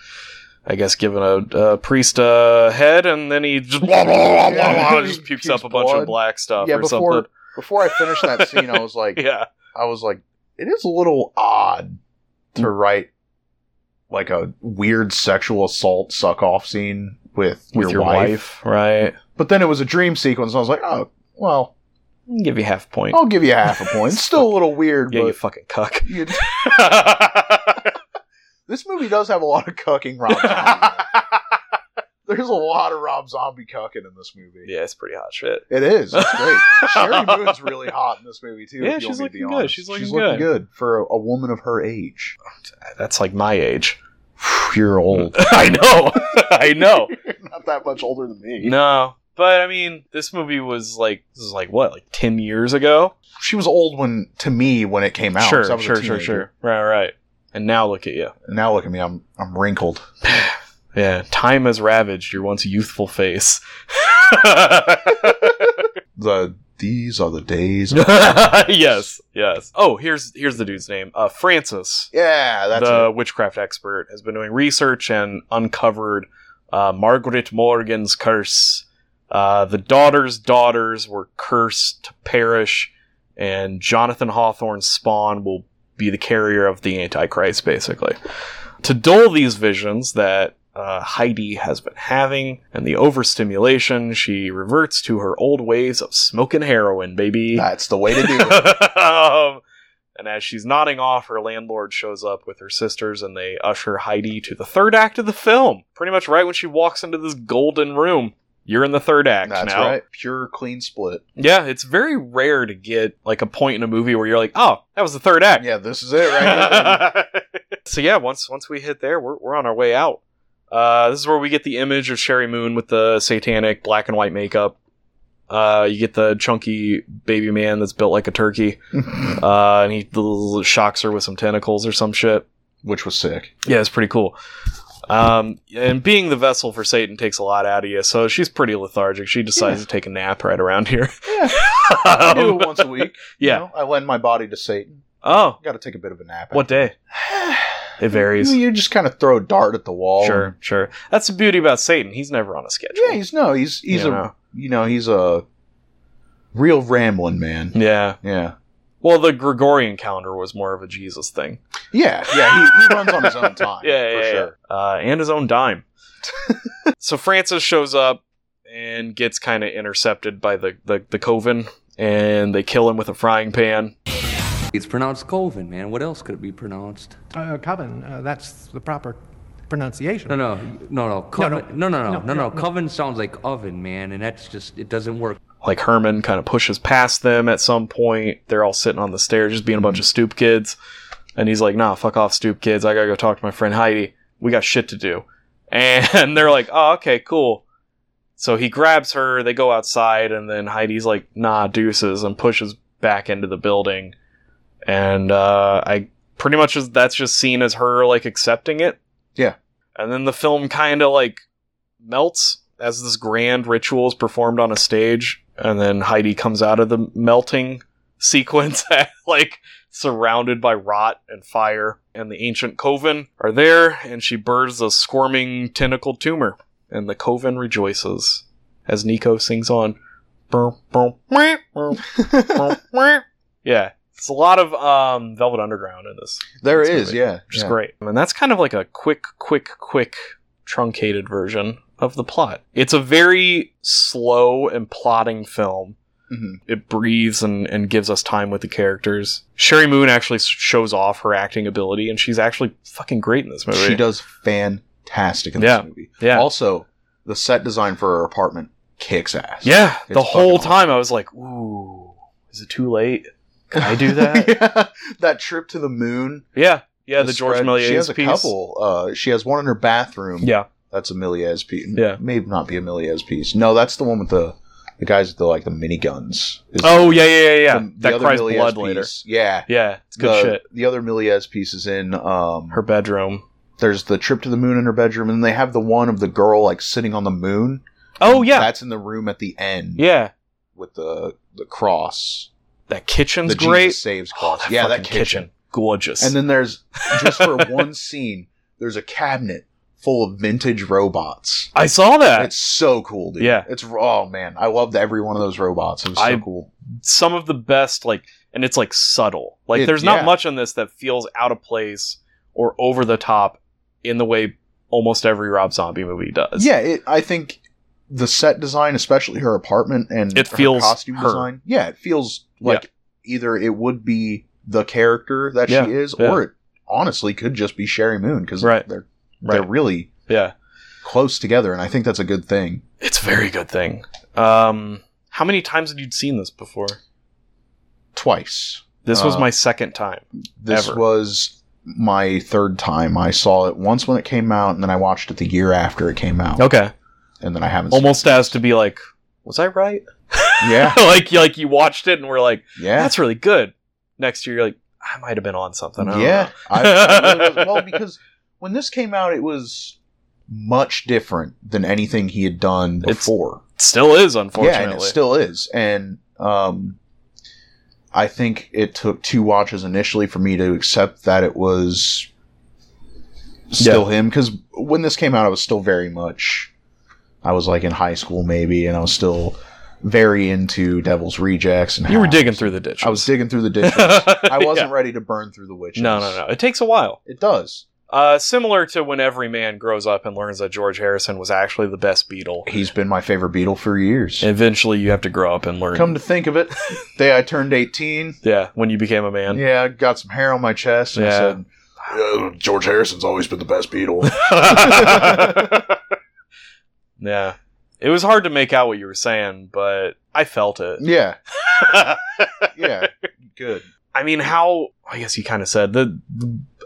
I guess, giving a, a priest a head, and then he just <laughs> blah, blah, blah, blah, blah, just pukes, up a bunch blood. of black stuff yeah. or before Uh, something. <laughs> before I finished that scene, <laughs> I was like, yeah, I was like, it is a little odd to write like a weird sexual assault suck off scene with, With your wife, right? But then it was a dream sequence, and I was like, oh, well, I'll give you half point. I'll give you half a point. It's still <laughs> a little weird, yeah, you Oh, but fucking cuck. <laughs> this movie does have a lot of cucking Rob Zombie. <laughs> There's a lot of Rob Zombie cucking in this movie. Yeah, it's pretty hot shit. It is. <laughs> It's great. Sherry Moon's really hot in this movie too. Yeah, if you she's want me to be looking good. honest. She's looking looking good. good for a, a woman of her age. That's like my age. You're <laughs> old. I know. I know. Not that much older than me. No, but I mean, this movie was like this is like what, like ten years ago? She was old when to me when it came out. Sure, 'cause I was a sure, sure, teenager. sure. Right, right. And now look at you. And Now look at me. I'm I'm wrinkled. Yeah, time <laughs> has ravaged your once youthful face. The These are the <laughs> days. of-" <laughs> yes, yes. Oh, here's here's the dude's name. Uh, Francis. Yeah, that's the witchcraft expert has been doing research and uncovered uh, Margaret Morgan's curse. Uh, the daughter's daughters were cursed to perish, and Jonathan Hawthorne's spawn will be the carrier of the Antichrist, basically. To dull these visions that uh, Heidi has been having and the overstimulation, she reverts to her old ways of smoking heroin, baby. That's the way to do <laughs> it. um, and as she's nodding off, her landlord shows up with her sisters and they usher Heidi to the third act of the film. Pretty much right when she walks into this golden room. You're in the third act That's now. right. Pure clean split. Yeah, it's very rare to get like a point in a movie where you're like, oh, that was the third act. Yeah, this is <laughs> it <laughs> right here. so yeah, once once we hit there, we're we're on our way out. Uh, this is where we get the image of Sherry Moon with the satanic black and white makeup. Uh, you get the chunky baby man that's built like a <laughs> turkey, uh, and he l- shocks her with some tentacles or some shit. Which was sick. Yeah, it's pretty cool. Um, and being the vessel for Satan takes a lot out of you, so she's pretty lethargic. She decides to take a nap right around here. <laughs> Yeah. I do Um, it once <laughs> a week. you yeah. know? I lend my body to Satan. Oh, Got to take a bit of a nap. what <sighs> day? It varies. You just kind of throw a dart at the wall. Sure, sure. That's the beauty about Satan. He's never on a schedule. Yeah, he's no, he's he's You a know. you know he's a real rambling man. Yeah. Yeah, Well, the Gregorian calendar was more of a Jesus thing. yeah, yeah. He, he runs on his own <laughs> time. Yeah, for yeah, sure. yeah. Uh, and his own <laughs> dime. so Francis shows up and gets kind of intercepted by the, the, the coven, and they kill him with a frying pan. It's pronounced Colvin, man. What else could it be pronounced? Uh, Coven, uh, that's the proper pronunciation. No, no, no, no, Coven. No, no, no, no, no. no, no. Coven sounds like oven, man, and that's just it doesn't work. Like Herman kind of pushes past them at some point. They're all sitting on the stairs, just being a bunch of stoop kids. And he's like, "Nah, fuck off, stoop kids. I gotta go talk to my friend Heidi. We got shit to do." <laughs> And they're like, "Oh, okay, cool." So he grabs her, they go outside, and then Heidi's like, nah, deuces, and pushes back into the building. And uh, I pretty much is, that's just seen as her like accepting it. Yeah. And then the film kind of like melts as this grand ritual is performed on a stage, and then Heidi comes out of the melting <laughs> sequence, <laughs> like surrounded by rot and fire, and the ancient coven are there, and she burns a squirming tentacle tumor and the coven rejoices as Nico sings on. Yeah, it's a lot of um, Velvet Underground in this, There That's is, movie. yeah, which is yeah. great. And that's kind of like a quick, quick, quick truncated version of the plot. It's a very slow and plotting film. Mhm. It breathes and, and gives us time with the characters. Sherry Moon actually s- shows off her acting ability, and she's actually fucking great in this movie. She does fantastic in Yeah, this movie. yeah. Also, the set design for her apartment kicks ass. Yeah, the It's whole fucking time I was like, "Ooh, is it too late? Can I do that?" <laughs> yeah, that trip to the moon. yeah, yeah. The, spread- George Méliès She has a piece. couple. Uh, she has one in her bathroom. Yeah, that's a Méliès piece. Yeah. maybe not be a Méliès piece. No, that's the one with the the guys with the like the miniguns. Is Oh yeah, yeah, yeah, yeah. the- the that other cries Méliès blood piece. later. Yeah, Yeah, it's good the, shit. The other Miliez piece is in um Her bedroom. there's the trip to the moon in her bedroom, and then they have the one of the girl like sitting on the moon. Oh yeah, That's in the room at the end yeah. with the the cross. That kitchen's the great. Jesus saves Oh, cross. yeah, that fucking kitchen. gorgeous. And then there's just <laughs> for one scene, there's a cabinet full of vintage robots. I saw that. It's so cool, dude. Yeah. It's oh man, I loved every one of those robots. It was so I- cool. some of the best like and it's like subtle like It- there's not yeah. much in this that feels out of place or over the top in the way almost every rob zombie movie does Yeah, it, I think the set design, especially her apartment and It her feels costume her. design. Yeah, it feels like either it would be the character that Yeah, she is, yeah. or it honestly could just be Sherry Moon because Right. they're Right. they're really yeah close together, and I think that's a good thing. it's a very good thing um how many times had you seen this before Twice. this was Uh, my second time This ever. was my third time. I saw it once when it came out, and then I watched it the year after it came out. okay And then I haven't. seen almost as to be like was i right it. yeah, <laughs> like like you watched it and were like yeah. that's really good next year you're like i might have been on something I don't yeah. know. I, I really was- well, because when this came out, it was much different than anything he had done It's- before. still is yeah, unfortunately and it still is. And Um, I think it took two watches initially for me to accept that it was still him because when this came out, I was still very much. I was like in high school maybe, and I was still very into Devil's Rejects and You were Hacks. digging through the ditch. <laughs> I was <laughs> digging through the ditches. I wasn't ready to burn through the witches. No, no, no. It takes a while. It does. Uh, similar to when every man grows up and learns that George Harrison was actually the best Beatle. He's been my favorite Beatle for years. Eventually, you have to grow up and learn. Come to <laughs> think of it, day I turned eighteen, yeah, when you became a man. yeah, I got some hair on my chest, and I Yeah. said, "Uh, George Harrison's always been the best Beatle. <laughs> <laughs> Yeah. It was hard to make out what you were saying, but I felt it. yeah, <laughs> yeah, good. I mean, how I guess you kind of said that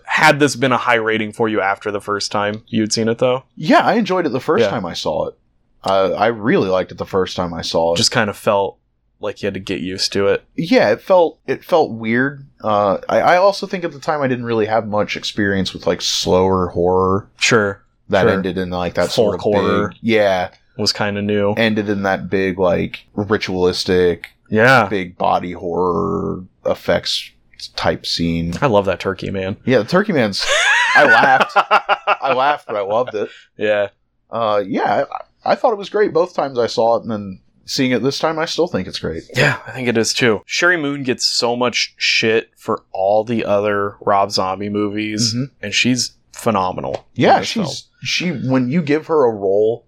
had this been a high rating for you after the first time you'd seen it though, Yeah, I enjoyed it the first Yeah. time I saw it. Uh, I really liked it the first time I saw it. just kind of felt like you had to get used to it. yeah, it felt it felt weird. Uh, I, I also think at the time I didn't really have much experience with like slower horror Sure. that sure. ended in like that sort folk of big- horror yeah, was kind of new. ended in that big like ritualistic, Yeah. big body horror effects type scene. I love that turkey, <laughs> man. Yeah, the Turkey Man's. <laughs> I laughed. I laughed, but I loved it. Yeah. Uh, yeah, I, I thought it was great both times I saw it, and then seeing it this time, I still think it's great. Yeah, I think it is too. Sherry Moon gets so much shit for all the other Rob Zombie movies, Mhm. and she's phenomenal. in Yeah, this film. she's she when you give her a role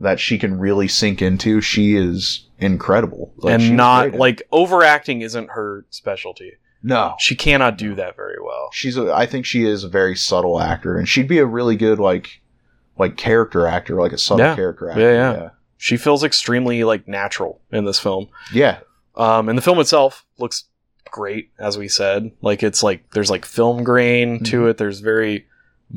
that she can really sink into, she is incredible. Like, she's and not great at- like overacting isn't her specialty. no. She cannot do that very well. She's a, I think she is a very subtle actor, and she'd be a really good like like character actor, like a subtle Yeah. character Yeah, actor. yeah. She feels extremely like natural in this film. yeah. Um, and the film itself looks great, as we said. Like it's like there's like film grain to it. There's very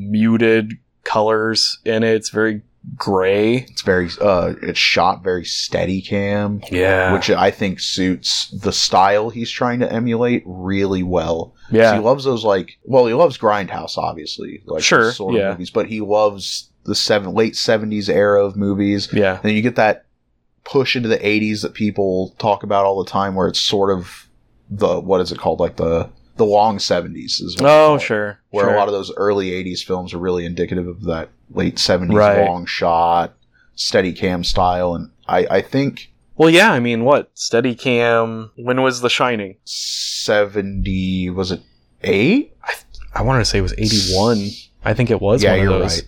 muted colors in it. It's very gray. It's very uh, it's shot very steady cam. Yeah. which I think suits the style he's trying to emulate really well. Yeah. he loves those like well, he loves Grindhouse obviously, like Sure, those sort yeah. of movies, but he loves the seven late seventies era of movies. Yeah. And then you get that push into the eighties that people talk about all the time, where it's sort of the what is it called, like the the long seventies is what Oh, sure. where sure. a lot of those early 80s films are really indicative of that late 70s Right. long shot steady cam style and I, I think Well, yeah. I mean, what Steadicam? When was The Shining? 70 was it 8 I wanted to say it was '81. I think it was Yeah, one of you're those, right.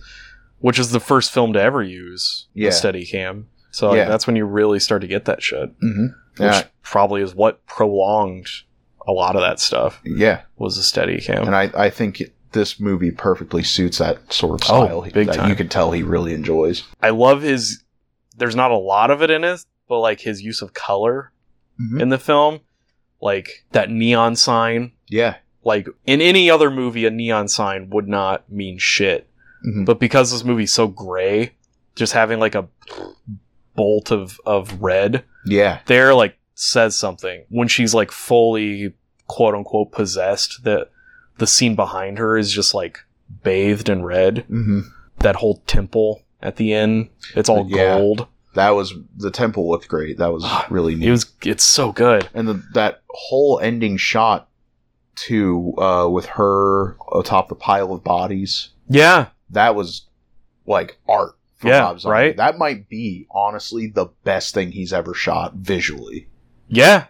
which is the first film to ever use Yeah. the Steadicam. So like, Yeah. that's when you really start to get that shit, mm-hmm. which yeah, probably is what prolonged a lot of that stuff yeah was the Steadicam. and I, I think this movie perfectly suits that sort of style Oh, big that time. you can tell he really enjoys I love his. There's not a lot of it in it, but like his use of color Mhm. in the film, like that neon sign. yeah Like in any other movie, a neon sign would not mean shit, Mhm. but because this movie's so gray, just having like a bolt of of red yeah there like says something when she's like fully quote unquote possessed. That the scene behind her is just like bathed in red. mm-hmm. That whole temple at the end, it's all Yeah. gold. that was the temple looked great that was really neat Ah, It was. It's so good. and the, that whole ending shot too uh, with her atop the pile of bodies Yeah. that was like art for Yeah, Rob Zombie. right? That might be honestly the best thing he's ever shot visually. Yeah.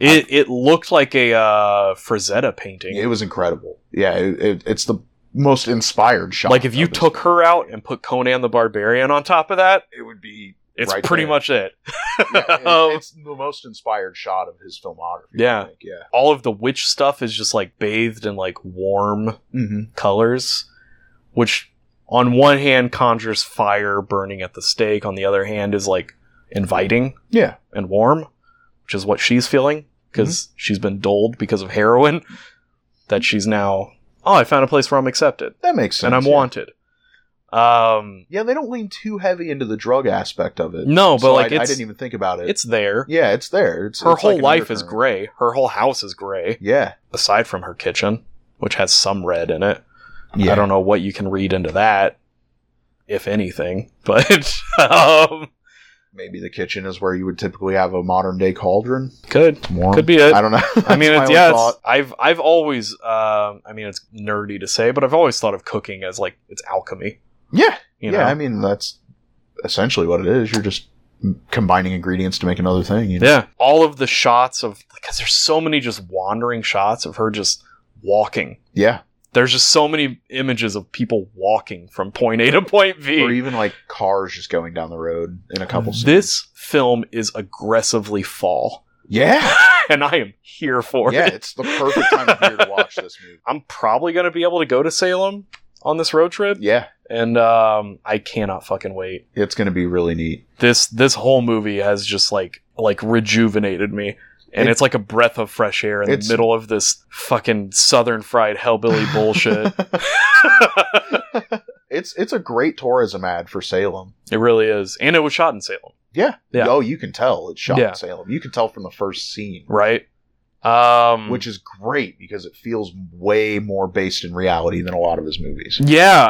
It it looked like a uh, Frazetta painting. It was incredible. Yeah, it, it, it's the most inspired shot. like if you of his- took her out and put Conan the Barbarian on top of that, it would be it's right pretty there. much it. Yeah, <laughs> it- Um, it's the most inspired shot of his filmography. Yeah. I think, yeah. All of the witch stuff is just like bathed in like warm Mm-hmm. colors, which on one hand conjures fire burning at the stake, on the other hand is like inviting Yeah. and warm, which is what she's feeling because Mm-hmm. she's been dulled because of heroin. That she's now, oh, I found a place where I'm accepted. That makes sense. and I'm yeah. wanted. Um, Yeah, they don't lean too heavy into the drug aspect of it. No, but, So like, I, I it's- didn't even think about it. it's there. yeah, it's there. It's her it's like whole an life is undercurrent. gray. Her whole house is gray, Yeah, aside from her kitchen, which has some red in it. yeah. I don't know <laughs> what you can read into that, if anything. But um, Maybe the kitchen is where you would typically have a modern day cauldron. Could Warm. could be it. I don't know. <laughs> I mean, it's, That's yeah, my only it's, thought. I've I've always, um I mean, it's nerdy to say, but I've always thought of cooking as like it's alchemy. yeah, You yeah. know? I mean, that's essentially what it is. You're just combining ingredients to make another thing. you know? Yeah, all of the shots of because there's so many just wandering shots of her just walking. yeah. There's just so many images of people walking from point A to point B. Or even like cars just going down the road in a couple. scenes. This film is aggressively fall, <laughs> Yeah, and I am here for yeah. it. It's the perfect time of year to watch this movie. I'm probably going to be able to go to Salem on this road trip, <laughs> Yeah, and um, I cannot fucking wait. it's going to be really neat. This this whole movie has just like like rejuvenated me. And It- it's like a breath of fresh air in the It's- middle of this fucking southern fried <laughs> hellbilly bullshit. It's it's a great tourism ad for Salem. it really is. And it was shot in Salem, Yeah. Yeah. Oh, you can tell it's shot Yeah. in Salem. You can tell from the first scene, right? Um which is great because it feels way more based in reality than a lot of his movies. Yeah,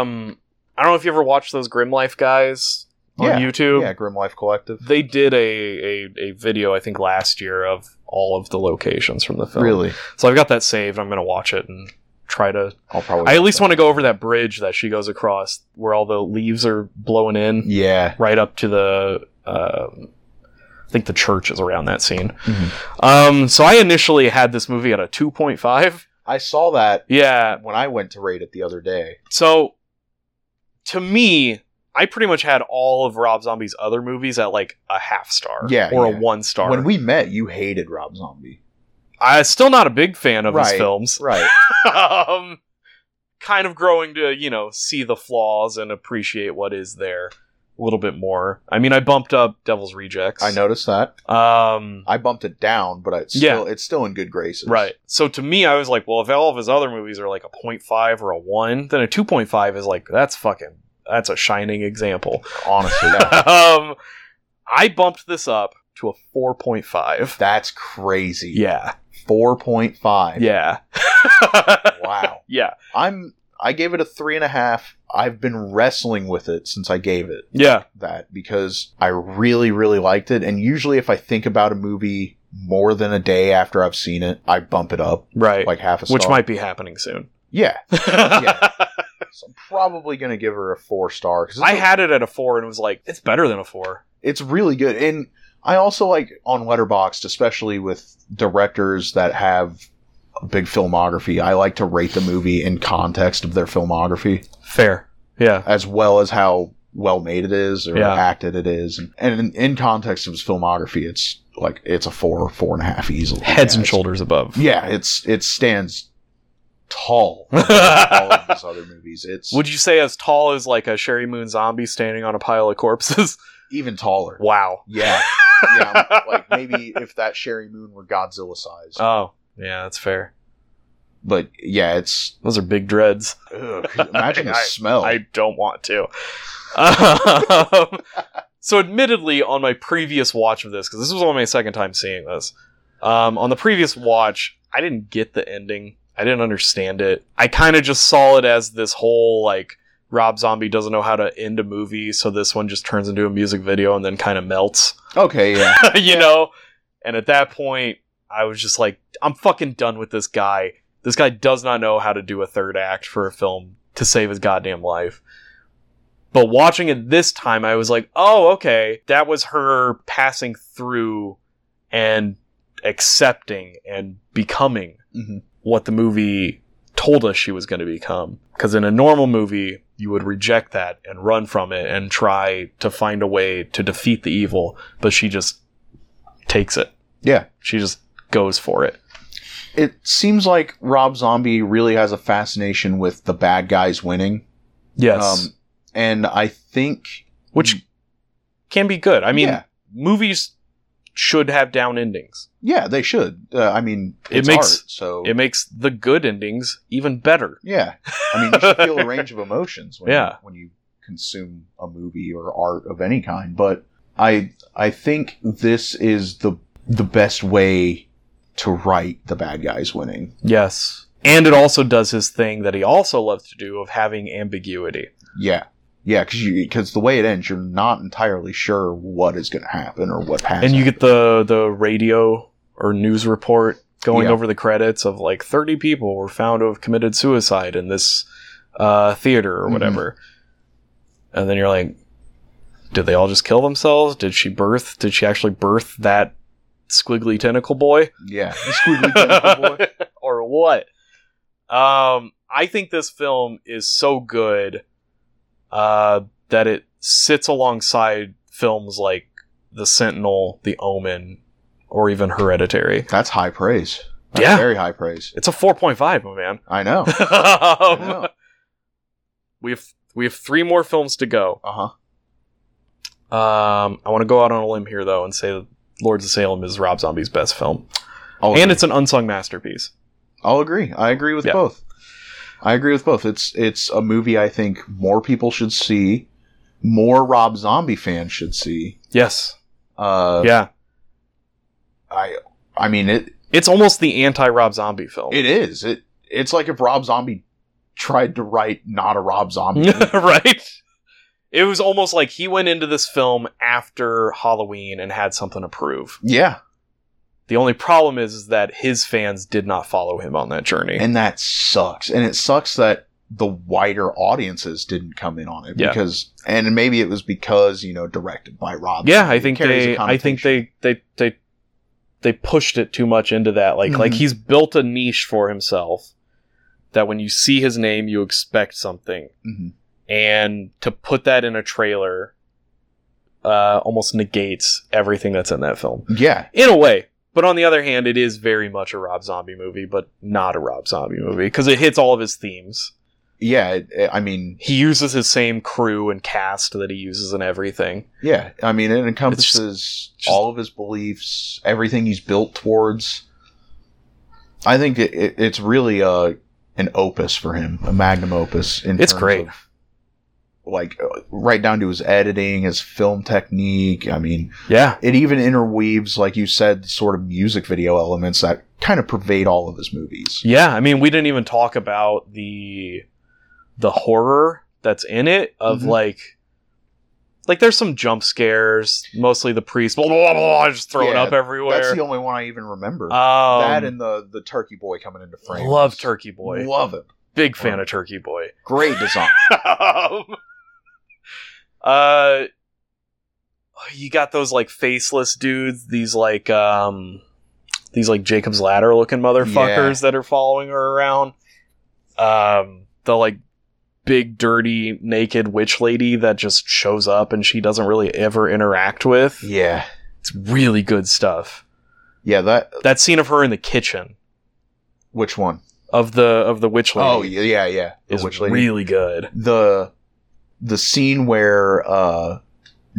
um I don't know if you ever watched those Grim Life guys on yeah. YouTube. Yeah, Grim Life Collective. They did a, a a video I think last year of all of the locations from the film. Really? So I've got that saved. I'm gonna watch it and try to. I'll probably. I at least want to go over that bridge that she goes across, where all the leaves are blowing in, Yeah. right up to the. Um, I think the church is around that scene. Mhm. Um, so I initially had this movie at a 2.5. I saw that Yeah. when I went to rate it the other day. So to me, I pretty much had all of Rob Zombie's other movies at like a half star, Yeah, or yeah. a one star. When we met, you hated <laughs> Rob Zombie. I'm still not a big fan of his Right. films. Right. <laughs> um, kind of growing to you know see the flaws and appreciate what is there a little bit more. I mean, I bumped up Devil's Rejects. I noticed that. Um, I bumped it down, but it's Yeah. still it's still in good graces. right. So to me, I was like, well, if all of his other movies are like a 0.5 or a one, then a two point five is like that's fucking that's a shining example. <laughs> Honestly. yeah. um, I bumped this up to a four point five. That's crazy. Yeah, Four point five. yeah, <laughs> Wow. yeah, I'm I gave it a three and a half. I've been wrestling with it since I gave it yeah, that because I really, really liked it. And usually if I think about a movie more than a day after I've seen it, I bump it up right. like half a star. Which might be happening soon. <laughs> Yeah. So I'm probably gonna give her a four star because I had it at a four and was like, it's better than a four. it's really good. And I also like on Letterboxd, especially with directors that have a big filmography, I like to rate the movie in context of their filmography. Fair. Yeah. as well as how well made it is or Yeah. acted it is. And, in, in context of his filmography, it's like it's a four, four and a half easily. Heads yeah, and it's- shoulders above. Yeah, it's it stands <laughs> tall. above all of his other movies, it's Would you say as tall as like a Sherry Moon zombie standing on a pile of corpses? <laughs> even taller. wow. Yeah, yeah. I'm- like maybe if that Sherry Moon were Godzilla sized, Oh, yeah, that's fair. but yeah, it's Those are big dreads. ugh, <laughs> imagine the <laughs> I- smell. I don't want to. Um, so, admittedly, on my previous watch of this, because this was only my second time seeing this, um, on the previous watch, I didn't get the ending. I didn't understand it. I kind of just saw it as this whole like Rob Zombie doesn't know how to end a movie, so this one just turns into a music video and then kind of melts, okay, <laughs> yeah, you know. And at that point, I was just like, I'm fucking done with this guy. This guy does not know how to do a third act for a film to save his goddamn life. But watching it this time, I was like, oh, okay, that was her passing through and accepting and becoming Mhm. what the movie told us she was going to become. Because in a normal movie, you would reject that and run from it and try to find a way to defeat the evil, but she just takes it. yeah. She just goes for it. It seems like Rob Zombie really has a fascination with the bad guys winning. Yes. Um, and I think Which can be good. I mean, Yeah. movies should have down endings. yeah, they should. Uh, I mean, It it's makes- art, so It makes the good endings even better. yeah. I mean, you should feel a <laughs> range of emotions when Yeah. when you consume a movie or art of any kind. But I I think this is the the best way to write the bad guys winning. Yes. And it also does his thing that he also loves to do of having ambiguity. Yeah, Yeah, because because the way it ends, you're not entirely sure what is going to happen or what happens. and you get the the radio or news report going Yeah. over the credits of like 30 people were found to have committed suicide in this uh, theater or whatever and then you're like did they all just kill themselves did she birth did she actually birth that squiggly tentacle boy yeah, the squiggly tentacle boy. <laughs> or what um i think this film is so good uh that it sits alongside films like the sentinel the omen or even hereditary that's high praise That's yeah very high praise. it's a 4.5 my man <laughs> I know. um, we have we have three more films to go. Uh huh. Um, I want to go out on a limb here though and say that Lords of Salem is Rob Zombie's best film, and it's an unsung masterpiece. I'll agree. I agree with both. I agree with both. It's it's a movie I think more people should see, more Rob Zombie fans should see. Yes. Uh, yeah. I I mean it. It's almost the anti Rob Zombie film. It is. It it's like if Rob Zombie tried to write not a Rob Zombie. <laughs> right. It was almost like he went into this film after Halloween and had something to prove. yeah, The only problem is, is that his fans did not follow him on that journey. and that sucks. And it sucks that the wider audiences didn't come in on it Yeah. because and maybe it was because you know directed by Rob. yeah, Zombie. I It think carries a they, I think they, they, they, they pushed it too much into that. Like, like Mhm. he's built a niche for himself that when you see his name, you expect something, Mhm. and to put that in a trailer, uh, almost negates everything that's in that film Yeah, in a way. But on the other hand, it is very much a Rob Zombie movie, but not a Rob Zombie movie because it hits all of his themes. Yeah, it, it- I mean, He uses his same crew and cast that he uses in everything. yeah, I mean, it encompasses all of his beliefs, everything he's built towards. I think it, it, it's really uh an opus for him, a magnum opus. In It's terms great. of, like uh, right down to his editing, his film technique. I mean, yeah, it even interweaves, like you said, the sort of music video elements that kind of pervade all of his movies. Yeah, I mean, we didn't even talk about the the horror that's in it of Mhm. like like there's some jump scares, mostly the priest blah blah blah, blah just throwing Yeah, up everywhere. That's the only one I even remember. Um, that and the the turkey boy coming into frame. love Turkey Boy. Love him. Big fan of Turkey Boy. <laughs> Great design. um, uh, you got those like faceless dudes, these like um, these like Jacob's Ladder looking motherfuckers that are following her around. Um, the like big, dirty, naked witch lady that just shows up and she doesn't really ever interact with. Yeah, it's really good stuff. Yeah, that That scene of her in the kitchen Which one? of the of the witch lady. Oh yeah, yeah, yeah. is really good. The the scene where uh,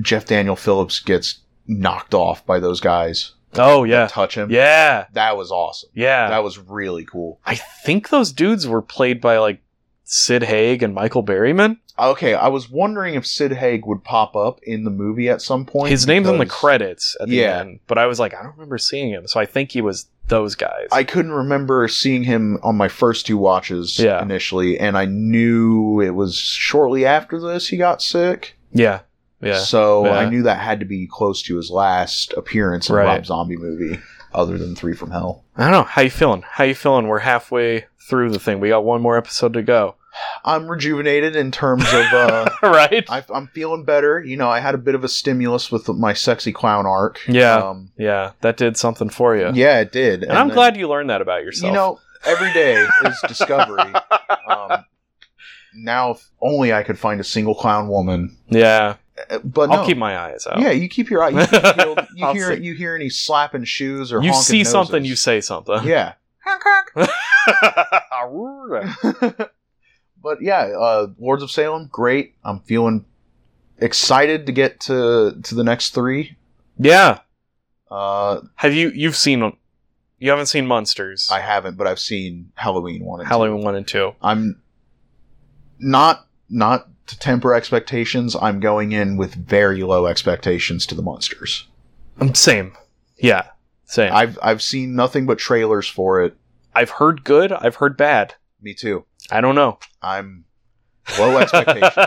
Jeff Daniel Phillips gets knocked off by those guys. Oh yeah, touch him. Yeah, that was awesome. Yeah, that was really cool. I think those dudes were played by like Sid Haig and Michael Berryman. Okay, I was wondering if Sid Haig would pop up in the movie at some point. His name's in the because credits at the Yeah. end, but I was like, I don't remember seeing him, so I think he was those guys. I couldn't remember seeing him on my first two watches initially, and I knew it was shortly after this he got sick. yeah, yeah. So yeah. I knew that had to be close to his last appearance in a Right. Rob Zombie movie, other than Three from Hell. I don't know. How you feeling? How you feeling? We're halfway through the thing. We got one more episode to <laughs> go. I'm rejuvenated in terms of <laughs> uh, right. I, I'm feeling better. You know, I had a bit of a stimulus with my sexy clown arc. Yeah, Um, yeah. That did something for you. yeah, it did. and, I'm then, glad you learned that about yourself. You know, every day is discovery. um, now, if only I could find a single clown woman. Uh, Yeah. But I'll no. keep my eyes out. Yeah, you keep your eye. <laughs> You, you, you I'll hear see. you hear any slapping shoes or You honking see noses. something, you say something. Yeah. <laughs> <laughs> but yeah, uh, Lords of Salem, great. I'm feeling excited to get to to the next three. Yeah. Uh, Have you you've seen you haven't seen Monsters? I haven't, but I've seen Halloween one. And Halloween one and two. i I'm not not to temper expectations. I'm going in with very low expectations to the monsters. I'm Um, same. Yeah, same. I've I've seen nothing but trailers for it. I've heard good. I've heard bad. Me too. I don't know. I'm <laughs> Low expectation.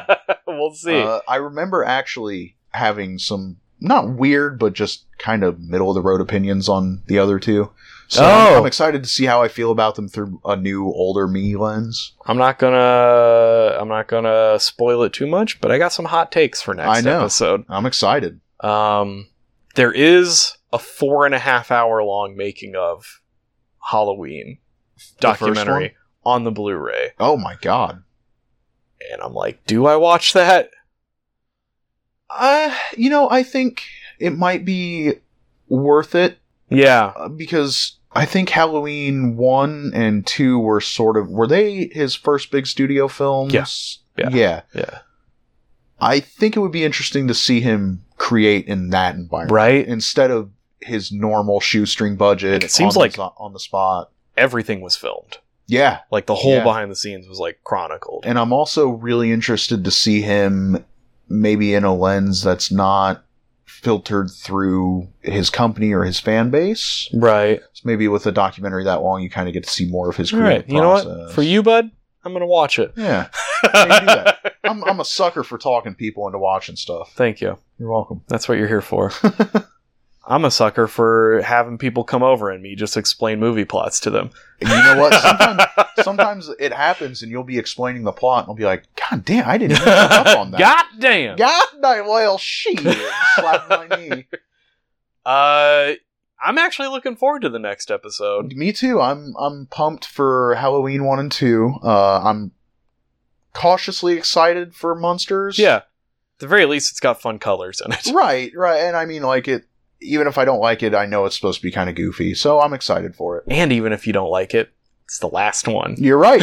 we'll see. Uh, I remember actually having some not weird, but just kind of middle of the road opinions on the other two. So I'm- Oh. I'm excited to see how I feel about them through a new, older me lens. I'm not gonna I'm not gonna spoil it too much, but I got some hot takes for next I know. episode. I'm excited. Um, there is a four and a half hour long making of Halloween The first documentary on the Blu-ray, Oh my god! and I'm like, do I watch that? Uh, you know, I think it might be worth it Yeah, uh, because I think Halloween one and two were sort of were they his first big studio films? Yeah. yeah, Yeah. yeah. yeah. I think it would be interesting to see him create in that environment, Right. Instead of his normal shoestring budget. It seems on like- the, zo- on the spot. Everything was filmed. Yeah, Like the whole Yeah. behind the scenes was like chronicled. and I'm also really interested to see him maybe in a lens that's not filtered through his company or his fan base. Right. So maybe with a documentary that long, you kind of get to see more of his All creative right. You know process. what? For you, bud, I'm gonna watch it. <laughs> yeah. Hey, do that. I'm, I'm a sucker for talking people into watching stuff. Thank you. You're welcome. That's what you're here <laughs> for. I'm a sucker for having people come over and me just explain movie plots to <laughs> them. And you know what? <laughs> Sometimes, sometimes it happens, and you'll be explaining the plot, and I'll be like, "God damn, I didn't even pick up on <laughs> that." God damn. <laughs> God damn, well, she slapped my knee. Uh, I'm actually looking forward to the next episode. Me too. I'm I'm pumped for Halloween one and two. Uh, I'm cautiously excited for Monsters. Yeah. At the very least, it's got fun colors in it. Right, right. And I mean, like it. Even if I don't like it, I know it's supposed to be kind of goofy, so I'm excited for it. And even if you don't like it, it's the last <laughs> one. You're right.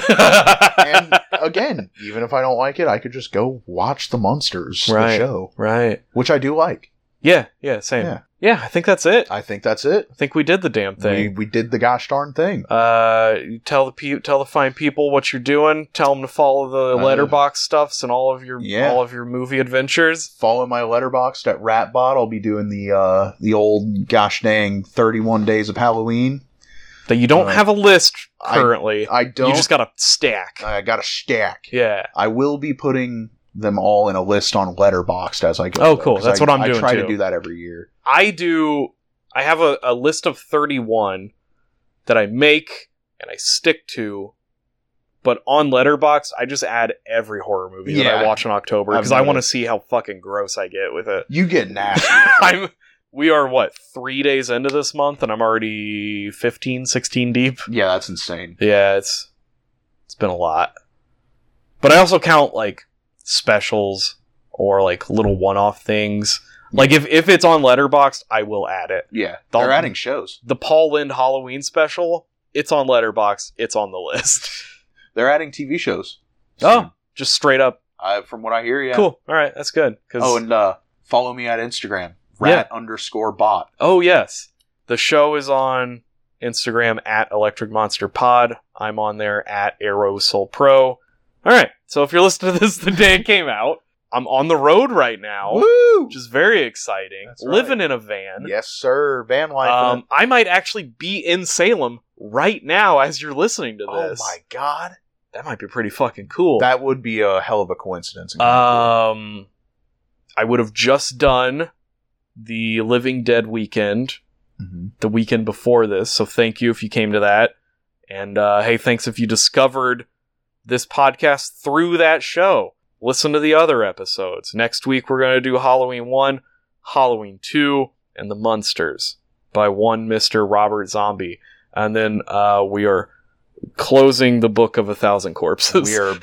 and again, even if I don't like it, I could just go watch the Monsters the Right. show, right. which I do like. Yeah. Yeah. Same. Yeah. Yeah. I think that's it. I think that's it. I think we did the damn We, thing. we did the gosh darn thing. Uh, you tell the pe- tell the fine people what you're doing. Tell them to follow the Uh, letterbox stuffs and all of your yeah. all of your movie adventures. Follow my letterbox at Ratbot. I'll be doing the uh, the old gosh dang thirty one days of Halloween. That you don't Uh, have a list I- currently. I don't. You just got a stack. I got a stack. yeah. I will be putting them all in a list on Letterboxd as I go. Oh, though, cool. 'cause That's I- what I'm doing, I try to too. do that every year. I do. I have a, a list of 31 that I make and I stick to, but on Letterbox, I just add every horror movie that Yeah. I watch in October I've because I want to noticed. see how fucking gross I get with it. You get nasty. <laughs> I'm. We are what three days into this month, and I'm already 15, 16 deep. yeah, that's insane. Yeah, it's it's been a lot. But I also count like specials or like little one-off things. Like if if it's on Letterboxd, I will add it. Yeah, The- they're adding shows. The Paul Lind Halloween special, it's on Letterboxd, it's on the list. <laughs> They're adding TV shows. Oh, just straight up. uh, from what I hear, yeah. Cool. All right, that's good. 'cause- Oh, and uh, follow me at Instagram. Rat underscore bot. Oh yes, the show is on Instagram at Electric Monster Pod. I'm on there at Aerosol Pro. All right, so if you're listening to this the day it came out, I'm on the road right now, Woo! which is very exciting. That's right. Living in a van. Yes, sir. Van life. Um, I might actually be in Salem right now as you're listening to oh this. my god, That might be pretty fucking cool. that would be a hell of a coincidence. Um, I would have just done the Living Dead weekend, Mhm. the weekend before this. So thank you if you came to that, and uh, hey, thanks if you discovered this podcast through that show. Listen to the other episodes. Next week we're gonna do Halloween one, Halloween two, and the Munsters by one Mister Robert Zombie, and then uh, we are closing the book of a thousand corpses. <laughs> we are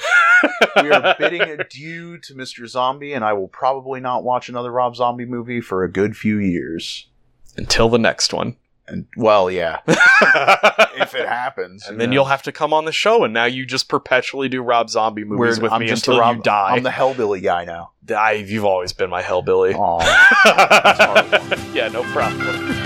we are bidding adieu to Mr. Zombie, and I will probably not watch another Rob Zombie movie for a good few years. until the next one. And <laughs> well, yeah, if it happens, and then you'll have to come on the show, and now you just perpetually do Rob Zombie movies with me until you die. I'm the Oh. hellbilly guy now. I- you've always been my hellbilly. Aw. yeah, no problem.